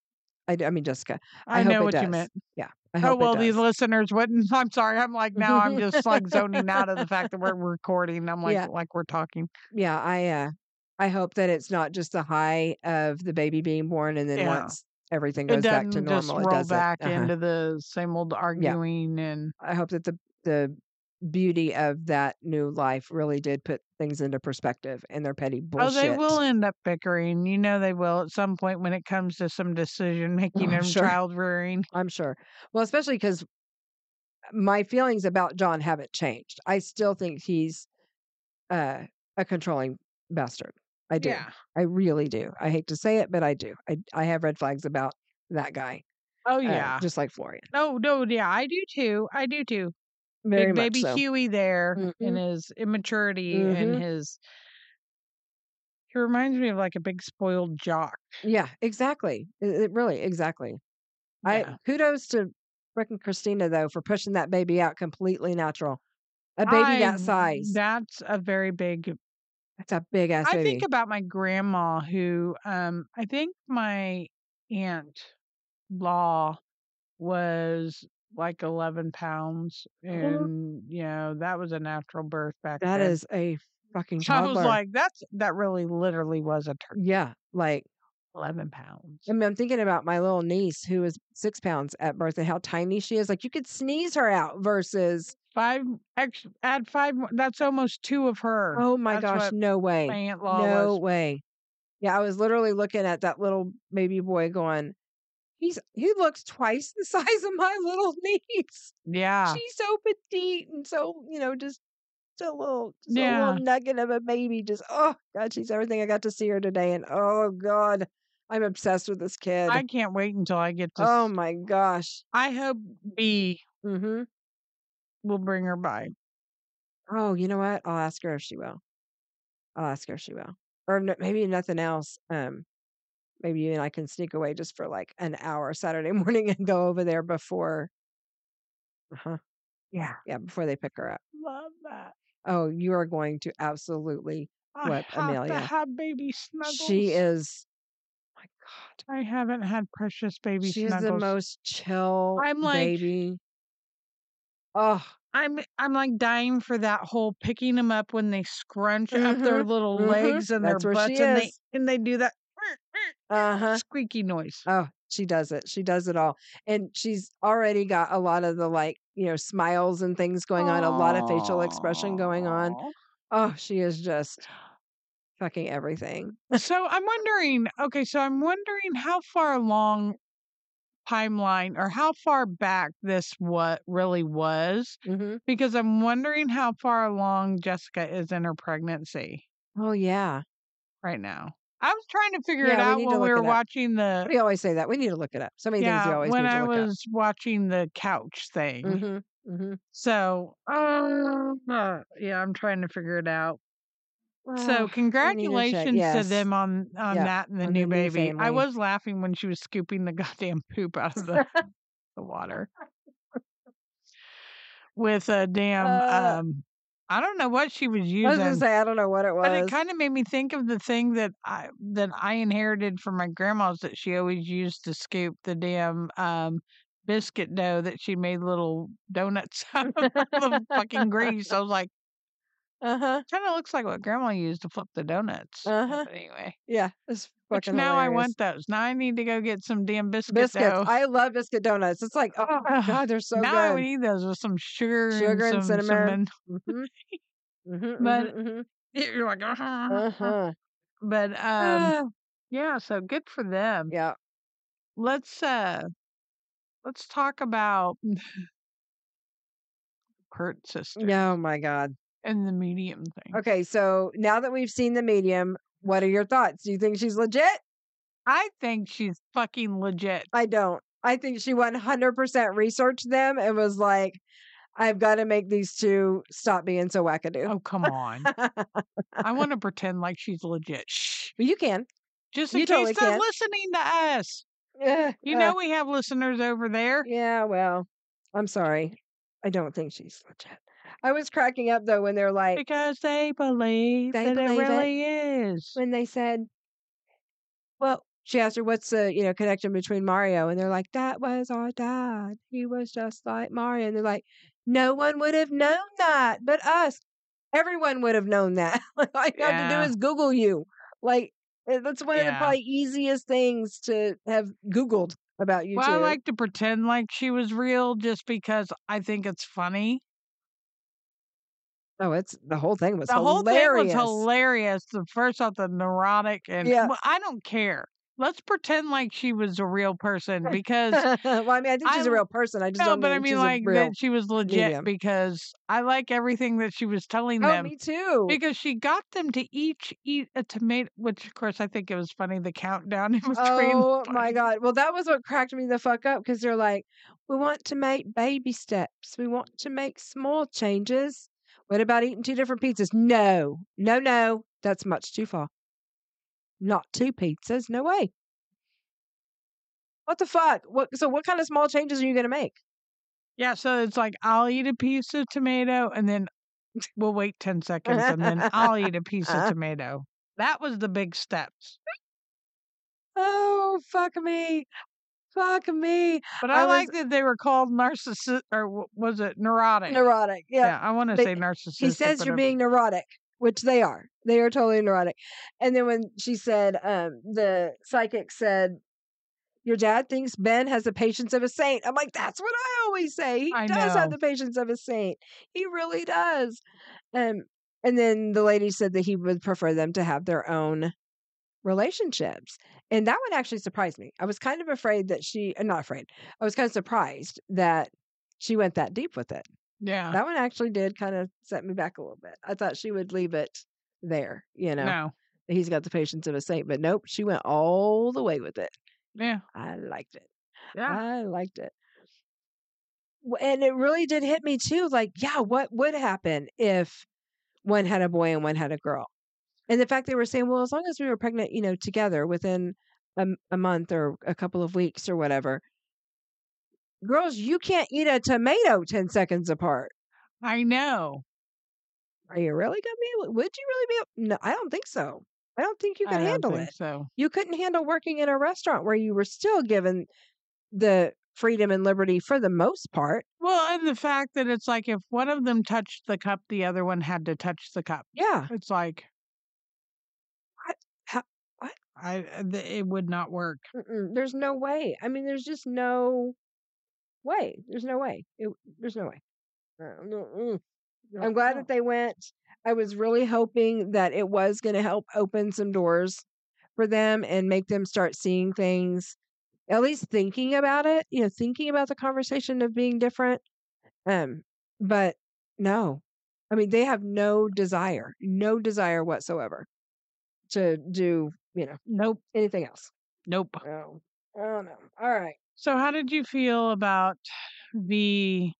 S4: I, d- I mean Jessica,
S3: I,
S4: [LAUGHS] I hope
S3: know
S4: it
S3: what you
S4: does.
S3: meant.
S4: yeah, I
S3: Oh
S4: hope
S3: well
S4: it
S3: the
S4: does.
S3: listeners wouldn't [LAUGHS] I'm sorry. I'm like now I'm just like zoning out of the fact
S4: [LAUGHS]
S3: that we're recording. I'm like
S4: Yeah.
S3: like we're talking.
S4: yeah i uh i hope that it's not just the high of the baby being born and then
S3: Yeah.
S4: once everything
S3: It
S4: goes back to
S3: doesn't just
S4: normal it
S3: roll
S4: doesn't
S3: back
S4: Uh-huh.
S3: into the same old arguing and
S4: i hope that the the beauty of that new life really did put things into perspective and their petty bullshit
S3: Oh, they will end up bickering. You know they will at some point when it comes to some
S4: [LAUGHS]
S3: decision making
S4: Oh, I'm
S3: and
S4: sure.
S3: child rearing.
S4: i'm sure well especially because my feelings about john haven't changed i still think he's uh a controlling bastard i do i really do i hate to say it but i do i i have red flags about that guy
S3: Oh
S4: uh,
S3: yeah.
S4: just like florian
S3: oh no, yeah, I do too. I do too.
S4: very
S3: Big
S4: much
S3: baby
S4: so.
S3: Huey there in
S4: Mhm.
S3: his immaturity and
S4: Mhm.
S3: his he reminds me of like a big spoiled jock.
S4: Yeah, exactly. It, it really, exactly.
S3: Yeah.
S4: I kudos to frickin' Christina though for pushing that baby out completely natural. A baby
S3: I-
S4: that size.
S3: That's a very big
S4: That's a big ass
S3: I
S4: baby.
S3: think about my grandma who um I think my aunt law was like 11 pounds and you know that was a natural birth back
S4: Oh. that
S3: then.
S4: is a
S3: [LAUGHS]
S4: fucking
S3: So I was
S4: toddler.
S3: like that's that really literally was a turkey
S4: yeah, like
S3: 11 pounds.
S4: I mean, I'm thinking about my little niece who was six pounds at birth and how tiny she is. Like you could sneeze her out versus.
S3: Five ex, add five more, that's almost two of her.
S4: Oh my
S3: That's
S4: gosh,
S3: what
S4: no way.
S3: my aunt law
S4: No
S3: was.
S4: way. Yeah, I was literally looking at that little baby boy going, he's he looks twice the [LAUGHS] size of my little [LAUGHS] niece.
S3: Yeah.
S4: She's so petite and so, you know, just a little just a
S3: Yeah.
S4: little nugget of a baby. Just oh god, she's everything I got to see her today. And oh god, I'm obsessed with this kid.
S3: I can't wait until I get to
S4: oh
S3: s
S4: my gosh.
S3: I hope B
S4: hmm
S3: will bring her by.
S4: Oh, you know what? I'll ask her if she will. I'll ask her if she will. Or n- maybe nothing else. Um Maybe you and I can sneak away just for like an hour Saturday [LAUGHS] morning and go over there before. Uh huh.
S3: Yeah.
S4: Yeah, before they pick her up.
S3: Love that.
S4: Oh, you are going to absolutely.
S3: I
S4: What,
S3: have
S4: Amelia?
S3: to have baby snuggles.
S4: She is. My God,
S3: I haven't had precious baby
S4: she is
S3: snuggles.
S4: the most chill
S3: I'm like-
S4: baby. Oh,
S3: I'm I'm like dying for that whole picking them up when they scrunch up their little
S4: mhm.
S3: legs and
S4: That's
S3: their
S4: where
S3: butts
S4: she
S3: and they
S4: is.
S3: and they do that
S4: uh huh.
S3: squeaky noise.
S4: Oh, she does it. She does it all, and she's already got a lot of the like you know smiles and things going on, a lot of facial expression going on.
S3: Aw.
S4: Oh, she is just fucking everything.
S3: so I'm wondering. Okay, so I'm wondering how far along timeline or how far back this what really was
S4: hmm
S3: because I'm wondering how far along Jessica is in her pregnancy.
S4: Oh yeah,
S3: right now. I was trying to figure it
S4: Yeah, we
S3: out
S4: need to
S3: when we
S4: look
S3: were
S4: it up.
S3: watching the
S4: we always say that. We need to look it up. So many things we
S3: yeah
S4: always
S3: when
S4: need to
S3: I
S4: look up.
S3: was watching the couch thing.
S4: Mm-hmm, mm-hmm.
S3: So um, uh, yeah, I'm trying to figure it out.
S4: Ah,
S3: So congratulations to them on on
S4: Yeah,
S3: that and the
S4: on
S3: new
S4: the new
S3: baby. I
S4: family.
S3: was laughing when she was scooping the [LAUGHS] goddamn poop out of
S4: [LAUGHS]
S3: the the water with a damn
S4: Uh,
S3: um I don't know what she was
S4: I was gonna
S3: using.
S4: say I don't know what it was.
S3: But it kind of made me think of the thing that I that I inherited from my grandma's that she always used to scoop the damn um, biscuit dough that she made little donuts [LAUGHS] out of the fucking grease.
S4: [LAUGHS]
S3: I was like,
S4: Uh huh.
S3: kind of looks like what grandma used to flip the donuts.
S4: Uh-huh.
S3: But anyway,
S4: Yeah. It's
S3: which
S4: fucking
S3: now I
S4: hilarious.
S3: want those. Now I need to go get some damn biscuit
S4: biscuits.
S3: dough.
S4: I love biscuit donuts. It's like, oh
S3: [LAUGHS] [SIGHS]
S4: my
S3: Ugh.
S4: god, they're so
S3: now I would
S4: good.
S3: eat those with some sugar,
S4: Sugar
S3: some
S4: and cinnamon.
S3: cinnamon. [LAUGHS]
S4: Mm-hmm,
S3: But-
S4: mm-hmm,
S3: [LAUGHS] You're like, [LAUGHS]
S4: uh-huh.
S3: but
S4: [SIGHS]
S3: um,
S4: Ah,
S3: yeah. So good for them.
S4: yeah.
S3: Let's uh, let's talk about Kurt sister
S4: Yeah, Oh my god.
S3: and the medium thing.
S4: Okay, so now that we've seen the medium, what are your thoughts? Do you think she's legit?
S3: I think she's fucking legit.
S4: I don't. I think she 100% researched them and was like, I've got to make these two stop being so wackadoo.
S3: Oh come on!
S4: [LAUGHS]
S3: I want to pretend like she's legit. Shh.
S4: you can.
S3: Just in
S4: You
S3: case
S4: totally
S3: they're
S4: can.
S3: listening to us.
S4: Eh,
S3: You
S4: uh,
S3: know we have listeners over there.
S4: Yeah, well, I'm sorry. I don't think she's legit. I was cracking up though when they're like,
S3: Because they believe
S4: They
S3: that
S4: believe it.
S3: it really is.
S4: when they said, well, she asked her what's the you know connection between Mario, and they're like, that was our dad. He was just like Mario, and they're like, no one would have known that but us. Everyone would have known that. [LAUGHS] Like, All you have to
S3: Yeah.
S4: do is Google you. Like eh, that's one of the
S3: Yeah.
S4: probably easiest things to have Googled about you
S3: Well,
S4: two.
S3: I like to pretend like she was real just because I think it's funny.
S4: oh, it's the whole thing was
S3: The whole
S4: hilarious.
S3: thing was hilarious. The first off, the neurotic, and
S4: Yeah.
S3: well, I don't care. Let's pretend like she was a real
S4: [LAUGHS]
S3: person because
S4: [LAUGHS] well, I mean, I think she's a
S3: I'm-
S4: real person. I just
S3: no,
S4: don't
S3: but I
S4: think
S3: mean
S4: she's
S3: like
S4: a real.
S3: that she was legit
S4: medium.
S3: because I like everything that she was telling
S4: Oh,
S3: them
S4: me too.
S3: because she got them to each eat a tomato, which of course I think it was funny. The countdown [LAUGHS] in between.
S4: Oh
S3: was
S4: my
S3: funny.
S4: god! Well, that was what cracked me the fuck up because they're like, we want to make baby steps. We want to make small changes. What about eating two different pizzas? No, no, no. That's much too far. Not two pizzas. No way. What the fuck? What? So, what kind of small changes are you gonna make?
S3: Yeah, so it's like I'll eat a piece of tomato and then we'll wait 10 seconds and then I'll eat a piece
S4: [LAUGHS]
S3: of tomato. That was the big steps.
S4: Oh fuck me, fuck me.
S3: But I,
S4: I was-
S3: like that they were called narcissist or w- was it neurotic?
S4: Neurotic. Yeah.
S3: Yeah, I want to
S4: They-
S3: say narcissistic.
S4: He says
S3: but
S4: you're
S3: I-
S4: being neurotic, which they are. They are totally neurotic. And then when she said, um, the psychic said, Your dad thinks Ben has the patience of a saint. I'm like, That's what I always say. He
S3: I
S4: does have
S3: know.
S4: the patience of a saint. He really does. Um, and then the lady said that he would prefer them to have their own relationships. And that one actually surprised me. I was kind of afraid that she, uh, not afraid, I was kind of surprised that she went that deep with it.
S3: Yeah.
S4: That one actually did kind of set me back a little bit. I thought she would leave it there, you know.
S3: No.
S4: that He's got the patience of a saint, but nope, she went all the way with it.
S3: Yeah.
S4: I liked it.
S3: Yeah.
S4: I liked it. W- And it really did hit me too. Like, yeah, what would happen if one had a boy and one had a girl? And the fact they were saying, well, as long as we were pregnant, you know, together within a, m- a month or a couple of weeks or whatever, girls, you can't eat a tomato 10 seconds apart.
S3: I know.
S4: Are you really gonna be able? Would you really be? Able, no, I don't think so. I don't think you
S3: I
S4: could
S3: don't
S4: handle
S3: think
S4: it.
S3: So.
S4: You couldn't handle working in a restaurant where you were still given the freedom and liberty for the most part.
S3: Well, and the fact that it's like if one of them touched the cup, the other one had to touch the cup.
S4: Yeah,
S3: It's like,
S4: What? How- what?
S3: I uh, th- it would not work.
S4: mm-mm, there's no way. I mean, there's just no way. There's no way. It, there's no way. Uh, no, mm. I'm glad that they went. I was really hoping that it was going to help open some doors for them and make them start seeing things, at least thinking about it, you know, thinking about the conversation of being different. Um, but no, I mean, they have no desire, no desire whatsoever to do, you know,
S3: Nope.
S4: anything else.
S3: Nope.
S4: Oh, No, I don't know. All right.
S3: So, how did you feel about V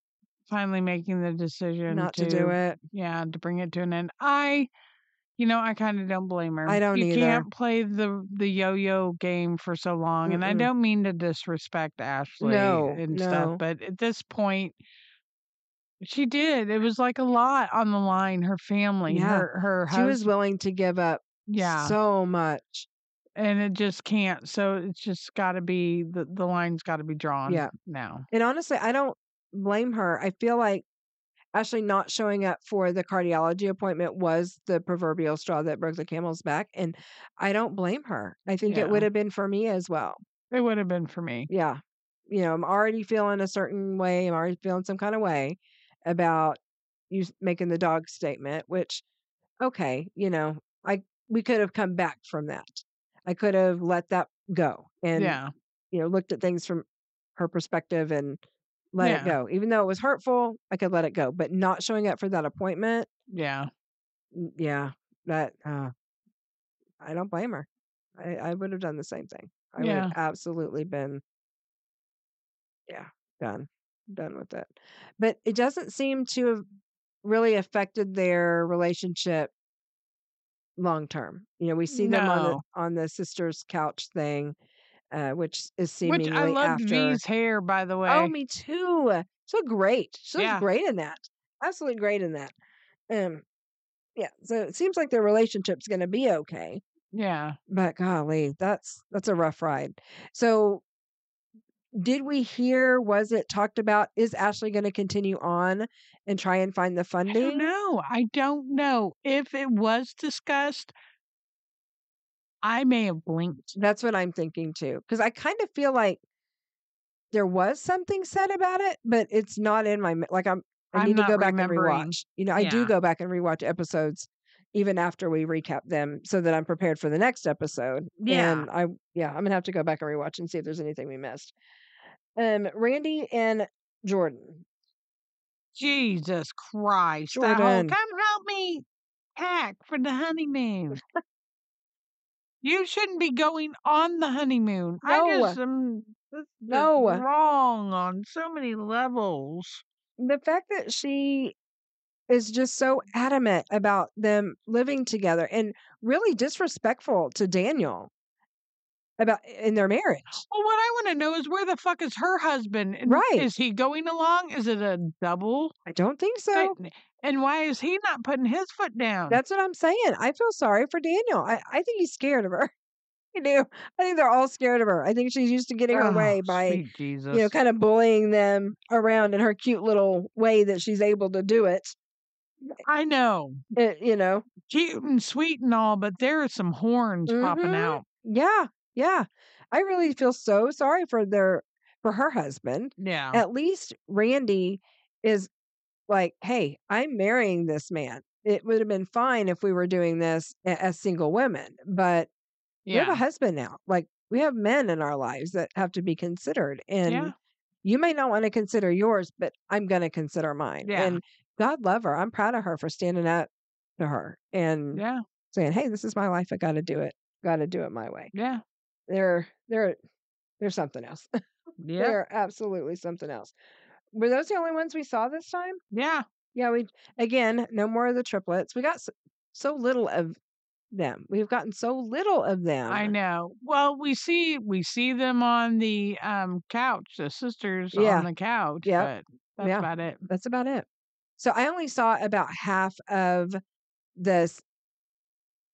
S3: finally making the decision
S4: Not to do it.
S3: Yeah, to bring it to an end. I, you know, I kind of don't blame her.
S4: I don't
S3: you
S4: either.
S3: can't play the the yo-yo game for so long, and I
S4: Mm-mm.
S3: don't mean to disrespect Ashley
S4: No,
S3: and
S4: no.
S3: stuff, but at this point, she did. It was like a lot on the line. Her family,
S4: Yeah.
S3: her her
S4: She was
S3: husband.
S4: willing to give up
S3: yeah.
S4: so much.
S3: and it just can't. So it's just got to be the the line's got to be drawn.
S4: Yeah.
S3: Now.
S4: And honestly, I don't blame her. I feel like Ashley not showing up for the cardiology appointment was the proverbial straw that broke the camel's back. And I don't blame her. I think
S3: Yeah.
S4: it would have been for me as well.
S3: It would have been for me.
S4: Yeah. You know, I'm already feeling a certain way. I'm already feeling some kind of way about you s- making the dog statement, which, okay, you know, I, we could have come back from that. I could have let that go and
S3: yeah.
S4: you know looked at things from her perspective and let
S3: Yeah.
S4: it go even though it was hurtful i could let it go but not showing up for that appointment
S3: Yeah.
S4: n- Mm, yeah that uh, i don't blame her i, I would have done the same thing i would
S3: Yeah.
S4: have absolutely been yeah done done with it but it doesn't seem to have really affected their relationship long term you know we see them on the
S3: No.
S4: on the sisters couch thing uh, which is seemingly
S3: Which I loved
S4: after
S3: V's hair, by the way.
S4: Oh, me too. She looked great. She
S3: Yeah.
S4: looked great in that. Absolutely great in that. Um, yeah. So it seems like their relationship's going to be okay.
S3: yeah.
S4: But golly, that's that's a rough ride. So did we hear? Was it talked about? Is Ashley going to continue on and try and find the
S3: I don't
S4: funding?
S3: know. I don't know if it was discussed. I may have blinked.
S4: That's what I'm thinking too. Because I kind of feel like there was something said about it, but it's not in my me- like I'm. I
S3: I'm
S4: need to
S3: not
S4: go back and
S3: remembering.
S4: rewatch. You know, I do
S3: Yeah.
S4: go back and rewatch episodes even after we recap them, so that I'm prepared for the next episode.
S3: Yeah.
S4: and I yeah, I'm gonna have to go back and rewatch and see if there's anything we missed. Um, Randy and Jordan.
S3: Jesus Christ. That whole,
S4: Jordan.
S3: come help me pack for the
S4: [LAUGHS]
S3: honeymoon. you shouldn't be going on the honeymoon. I
S4: No.
S3: just am this is
S4: No.
S3: wrong on so many levels.
S4: the fact that she is just so
S3: Mm-hmm.
S4: adamant about them living together and really disrespectful to Daniel about in their marriage.
S3: Well, what I want to know is where the fuck is her husband? And
S4: Right.
S3: Is he going along? Is it a double?
S4: I don't think so.
S3: thing? And why is he not putting his foot down?
S4: That's what I'm saying. I feel sorry for Daniel. I, I think he's scared of her. [LAUGHS] I do. I think they're all scared of her. I think she's used to getting her
S3: Oh,
S4: way by,
S3: sweet Jesus.
S4: you know, kind of bullying them around in her cute little way that she's able to do it.
S3: I know.
S4: Uh, you know,
S3: Cute and sweet and all, but there are some horns popping
S4: Mhm.
S3: out.
S4: yeah, yeah. I really feel so sorry for their for her husband.
S3: Yeah.
S4: At least Randy is like, hey, I'm marrying this man. It would have been fine if we were doing this a- as single women, but we have a
S3: yeah.
S4: husband now. Like we have men in our lives that have to be considered. And
S3: Yeah.
S4: you may not want to consider yours, but I'm going to consider mine.
S3: Yeah.
S4: And God love her. I'm proud of her for standing up to her and
S3: Yeah.
S4: saying, "Hey, this is my life. I got to do it. Got to do it my way."
S3: Yeah.
S4: They're they're they're something else. [LAUGHS]
S3: Yeah.
S4: they're absolutely something else. Were those the only ones we saw this time?
S3: Yeah.
S4: Yeah, we again no more of the triplets. We got so, so little of them. We've gotten so little of them.
S3: I know. Well, we see we see them on the um couch, the sisters
S4: Yeah.
S3: on the couch,
S4: Yep.
S3: but that's
S4: Yeah.
S3: about it. [LAUGHS]
S4: that's about it. So I only saw about half of this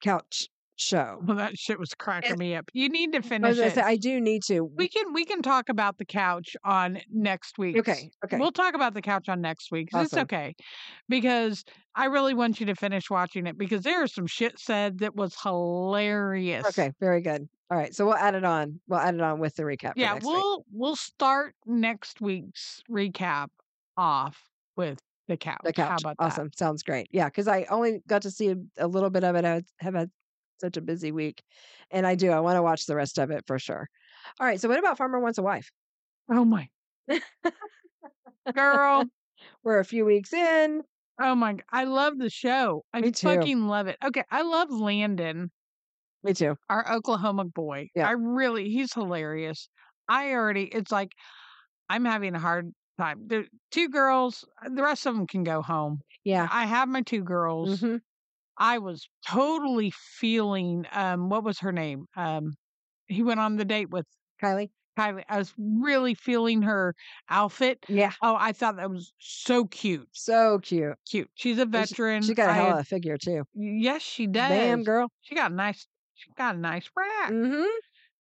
S4: couch show.
S3: Well, that shit was cracking me up. You need to
S4: I was
S3: finish
S4: gonna
S3: it.
S4: say I do need to.
S3: we can we can talk about the couch on next week.
S4: okay, okay.
S3: We'll talk about the couch on next week. 'cause
S4: Awesome.
S3: It's okay because I really want you to finish watching it because there is some shit said that was hilarious.
S4: okay, very good. All right, so we'll add it on. We'll add it on with the recap. for
S3: Yeah,
S4: next week.
S3: we'll we'll start next week's recap off with the couch.
S4: the couch.
S3: How about that?
S4: awesome. Sounds great. Yeah, because I only got to see a little bit of it. I have had such a busy week, and I do. I want to watch the rest of it for sure. All right. So what about Farmer Wants a Wife?
S3: Oh
S4: [LAUGHS]
S3: my girl.
S4: We're a few weeks in.
S3: Oh my! g- I love the show. I
S4: Me too.
S3: fucking love it. Okay, I love Landon.
S4: Me too.
S3: our Oklahoma boy.
S4: Yeah.
S3: I really, he's hilarious. I already, it's like, I'm having a hard time. The two girls, uh, the rest of them can go home.
S4: Yeah.
S3: I have my two girls.
S4: Mhm.
S3: I was totally feeling, um, what was her name? Um, he went on the date with
S4: Kylie.
S3: Kylie. I was really feeling her outfit.
S4: Yeah.
S3: Oh, I thought that was so cute.
S4: So cute.
S3: Cute. She's a
S4: And
S3: veteran.
S4: She got a
S3: I
S4: hell
S3: had-
S4: of a figure too.
S3: yes, she does.
S4: Damn girl.
S3: She got a nice She's got a nice rack
S4: Mm-hmm.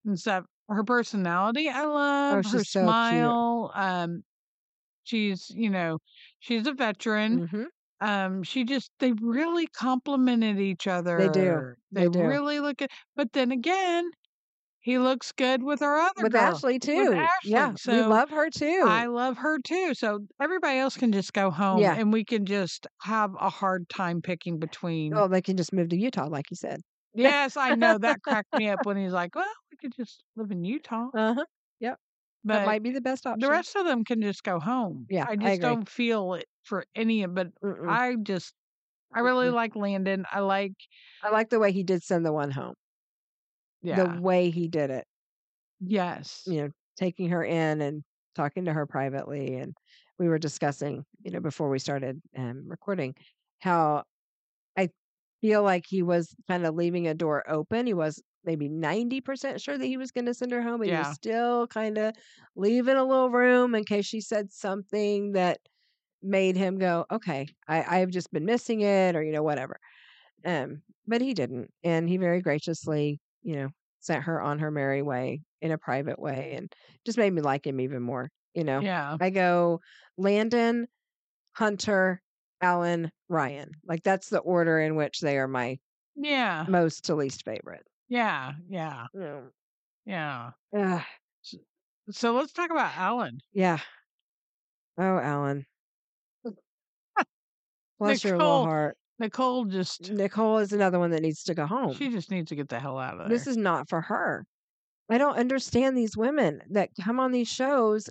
S3: and stuff. Her personality, I love her
S4: Oh, she's so cute.
S3: smile. Um, she's you know, she's a veteran.
S4: Mm-hmm.
S3: um she just they really complimented each other
S4: They do.
S3: really look at but then again he looks good with our other
S4: With
S3: girl.
S4: Ashley too. yeah,
S3: Ashley, so
S4: we love her too.
S3: i love her too so everybody else can just go home
S4: Yeah.
S3: and we can just have a hard time picking between
S4: [LAUGHS] oh, they can just move to Utah, like you said.
S3: yes i know that cracked me up when he's like well we could just live in utah
S4: Uh huh. That
S3: Uh-huh. but
S4: might be the best option.
S3: the rest of them can just go home
S4: Yeah, I
S3: i just
S4: agree.
S3: don't feel it for any of but
S4: Mm-mm. I,
S3: i just i really
S4: Mm-mm.
S3: like landon i like
S4: like the way he did send the one home.
S3: yeah
S4: The way he did it,
S3: Yes.
S4: you know, taking her in and talking to her privately, and we were discussing, you know, before we started um, recording, how I feel like he was kind of leaving a door open. He was maybe ninety percent sure that he was going to send her home, but he
S3: Yeah.
S4: was still kind of leaving a little room in case she said something that made him go, okay, I, I've just been missing it, or you know, whatever. Um, but he didn't, and he very graciously, you know, sent her on her merry way in a private way, and just made me like him even more. You know,
S3: Yeah.
S4: I go Landon, Hunter, Allen, Ryan. Like that's the order in which they are my
S3: Yeah.
S4: most to least favorite.
S3: Yeah. Yeah. Yeah.
S4: Ugh,
S3: So let's talk about Alan.
S4: yeah. Oh, Alan. Bless your little
S3: Nicole.
S4: heart.
S3: Nicole just
S4: Nicole is another one that needs to go home.
S3: she just needs to get the hell out of there.
S4: This is not for her. I don't understand these women that come on these shows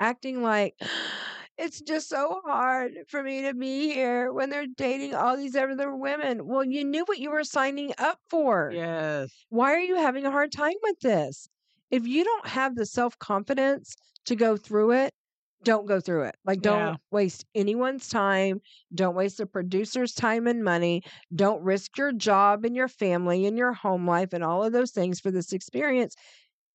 S4: acting like [GASPS] it's just so hard for me to be here when they're dating all these other women. Well, you knew what you were signing up for.
S3: yes.
S4: Why are you having a hard time with this? If you don't have the self confidence to go through it, don't go through it. Like, don't
S3: Yeah.
S4: waste anyone's time. Don't waste the producer's time and money. Don't risk your job and your family and your home life and all of those things for this experience.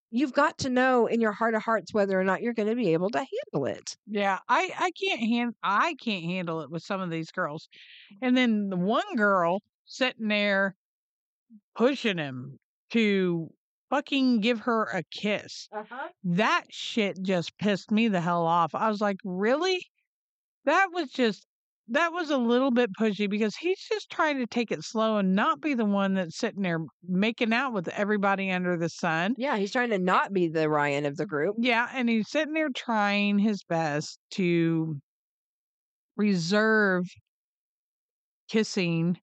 S4: You've got to know in your heart of hearts whether or not you're going to be able to handle it.
S3: Yeah. I I can't hand I can't handle it with some of these girls. And then the one girl sitting there pushing him to fucking give her a kiss.
S4: Uh-huh.
S3: That shit just pissed me the hell off. I was like, really? That was just that was a little bit pushy because he's just trying to take it slow and not be the one that's sitting there making out with everybody under the sun.
S4: Yeah, he's trying to not be the Ryan of the group.
S3: Yeah, and he's sitting there trying his best to reserve kissing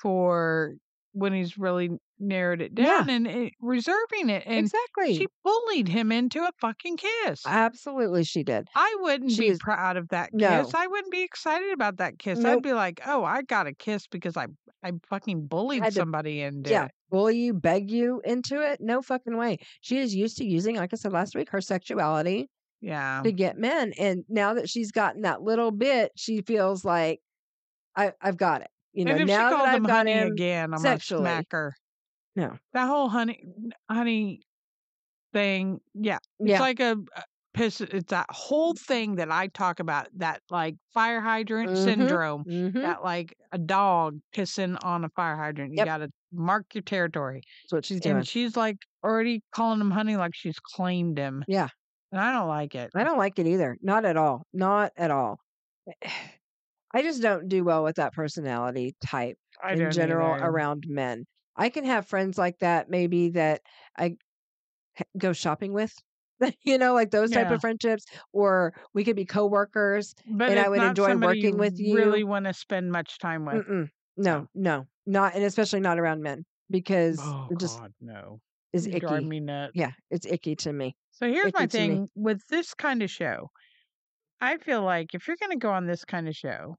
S3: for when he's really narrowed it
S4: Yeah.
S3: down and it, reserving it. And
S4: exactly.
S3: she bullied him into a fucking kiss. I,
S4: Absolutely, she did.
S3: wouldn't
S4: she
S3: be
S4: was-
S3: proud of that kiss.
S4: No.
S3: I wouldn't be excited about that kiss.
S4: Nope.
S3: I'd be like, oh, I got a kiss because I I fucking bullied
S4: Had to-
S3: somebody and
S4: yeah bully you beg you into it no fucking way she is used to using like i said last week her sexuality
S3: yeah.
S4: to get men and now that she's gotten that little bit she feels like I, i've got it you know
S3: and if she
S4: now that
S3: called
S4: i've
S3: him
S4: got
S3: honey
S4: him
S3: again, I'm
S4: sexually.
S3: gonna smack her.
S4: No.
S3: that whole honey honey thing. Yeah, it's
S4: yeah
S3: like a a piss. It's that whole thing that I talk about. That like fire hydrant
S4: Mhm.
S3: syndrome.
S4: Mhm. that's
S3: That like a dog pissing on a fire hydrant. You
S4: Yep.
S3: gotta mark your territory.
S4: what she's doing
S3: And she's like already calling him honey, like she's claimed him.
S4: Yeah.
S3: and I don't like it.
S4: i don't like it either not at all not at all [SIGHS] i just don't do well with that personality type
S3: I
S4: in
S3: don't
S4: general
S3: either.
S4: around men. I can have friends like that, maybe that I h- go shopping with, [LAUGHS] you know, like those type
S3: Yeah.
S4: of friendships, or we could be coworkers.
S3: But
S4: and I
S3: it's
S4: would
S3: not
S4: enjoy
S3: somebody
S4: working with
S3: Really
S4: you.
S3: want to spend much time with.
S4: Mm-mm. No, no, not, and especially not around men because
S3: Oh
S4: it just
S3: God, no!
S4: is
S3: You drive
S4: icky.
S3: me nuts.
S4: Yeah, it's icky to me.
S3: So here's my
S4: icky to me.
S3: thing with this kind of show. I feel like if you're going to go on this kind of show,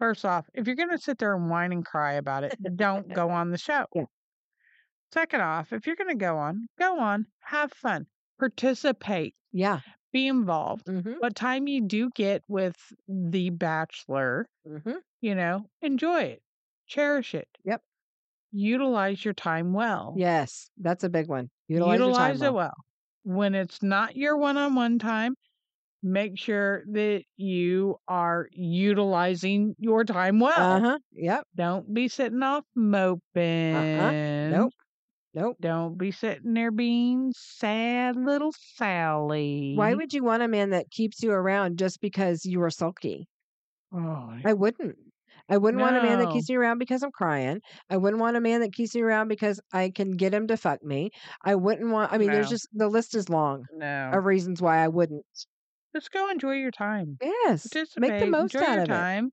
S3: first off, if you're going to sit there and whine and cry about it, then don't go on the show.
S4: [LAUGHS] Yeah.
S3: Second off, if you're going to go on, go on, have fun, participate,
S4: Yeah.
S3: be involved.
S4: Mm-hmm.
S3: What time you do get with The Bachelor,
S4: Mm-hmm.
S3: you know, enjoy it, cherish it.
S4: Yep.
S3: Utilize your time well.
S4: Yes, that's a big one. Utilize,
S3: Oh. utilize,
S4: your time.
S3: it
S4: well.
S3: well. When it's not your one on one time, make sure that you are utilizing
S4: Uh-huh.
S3: your time well.
S4: Uh huh. Yep.
S3: Don't be sitting off moping.
S4: Uh-huh. Nope. Nope.
S3: Don't be sitting there being sad little Sally.
S4: Why would you want a man that keeps you around just because you are sulky?
S3: Oh,
S4: I wouldn't. I wouldn't want a man that
S3: No.
S4: keeps me around because I'm crying. I wouldn't want a man that keeps me around because I can get him to fuck me. I wouldn't want. I mean, there's
S3: No.
S4: just the list is long
S3: no.
S4: of reasons why I wouldn't.
S3: Just go enjoy your time.
S4: Yes, make the
S3: Participate,
S4: most
S3: enjoy
S4: out
S3: your
S4: of it.
S3: time.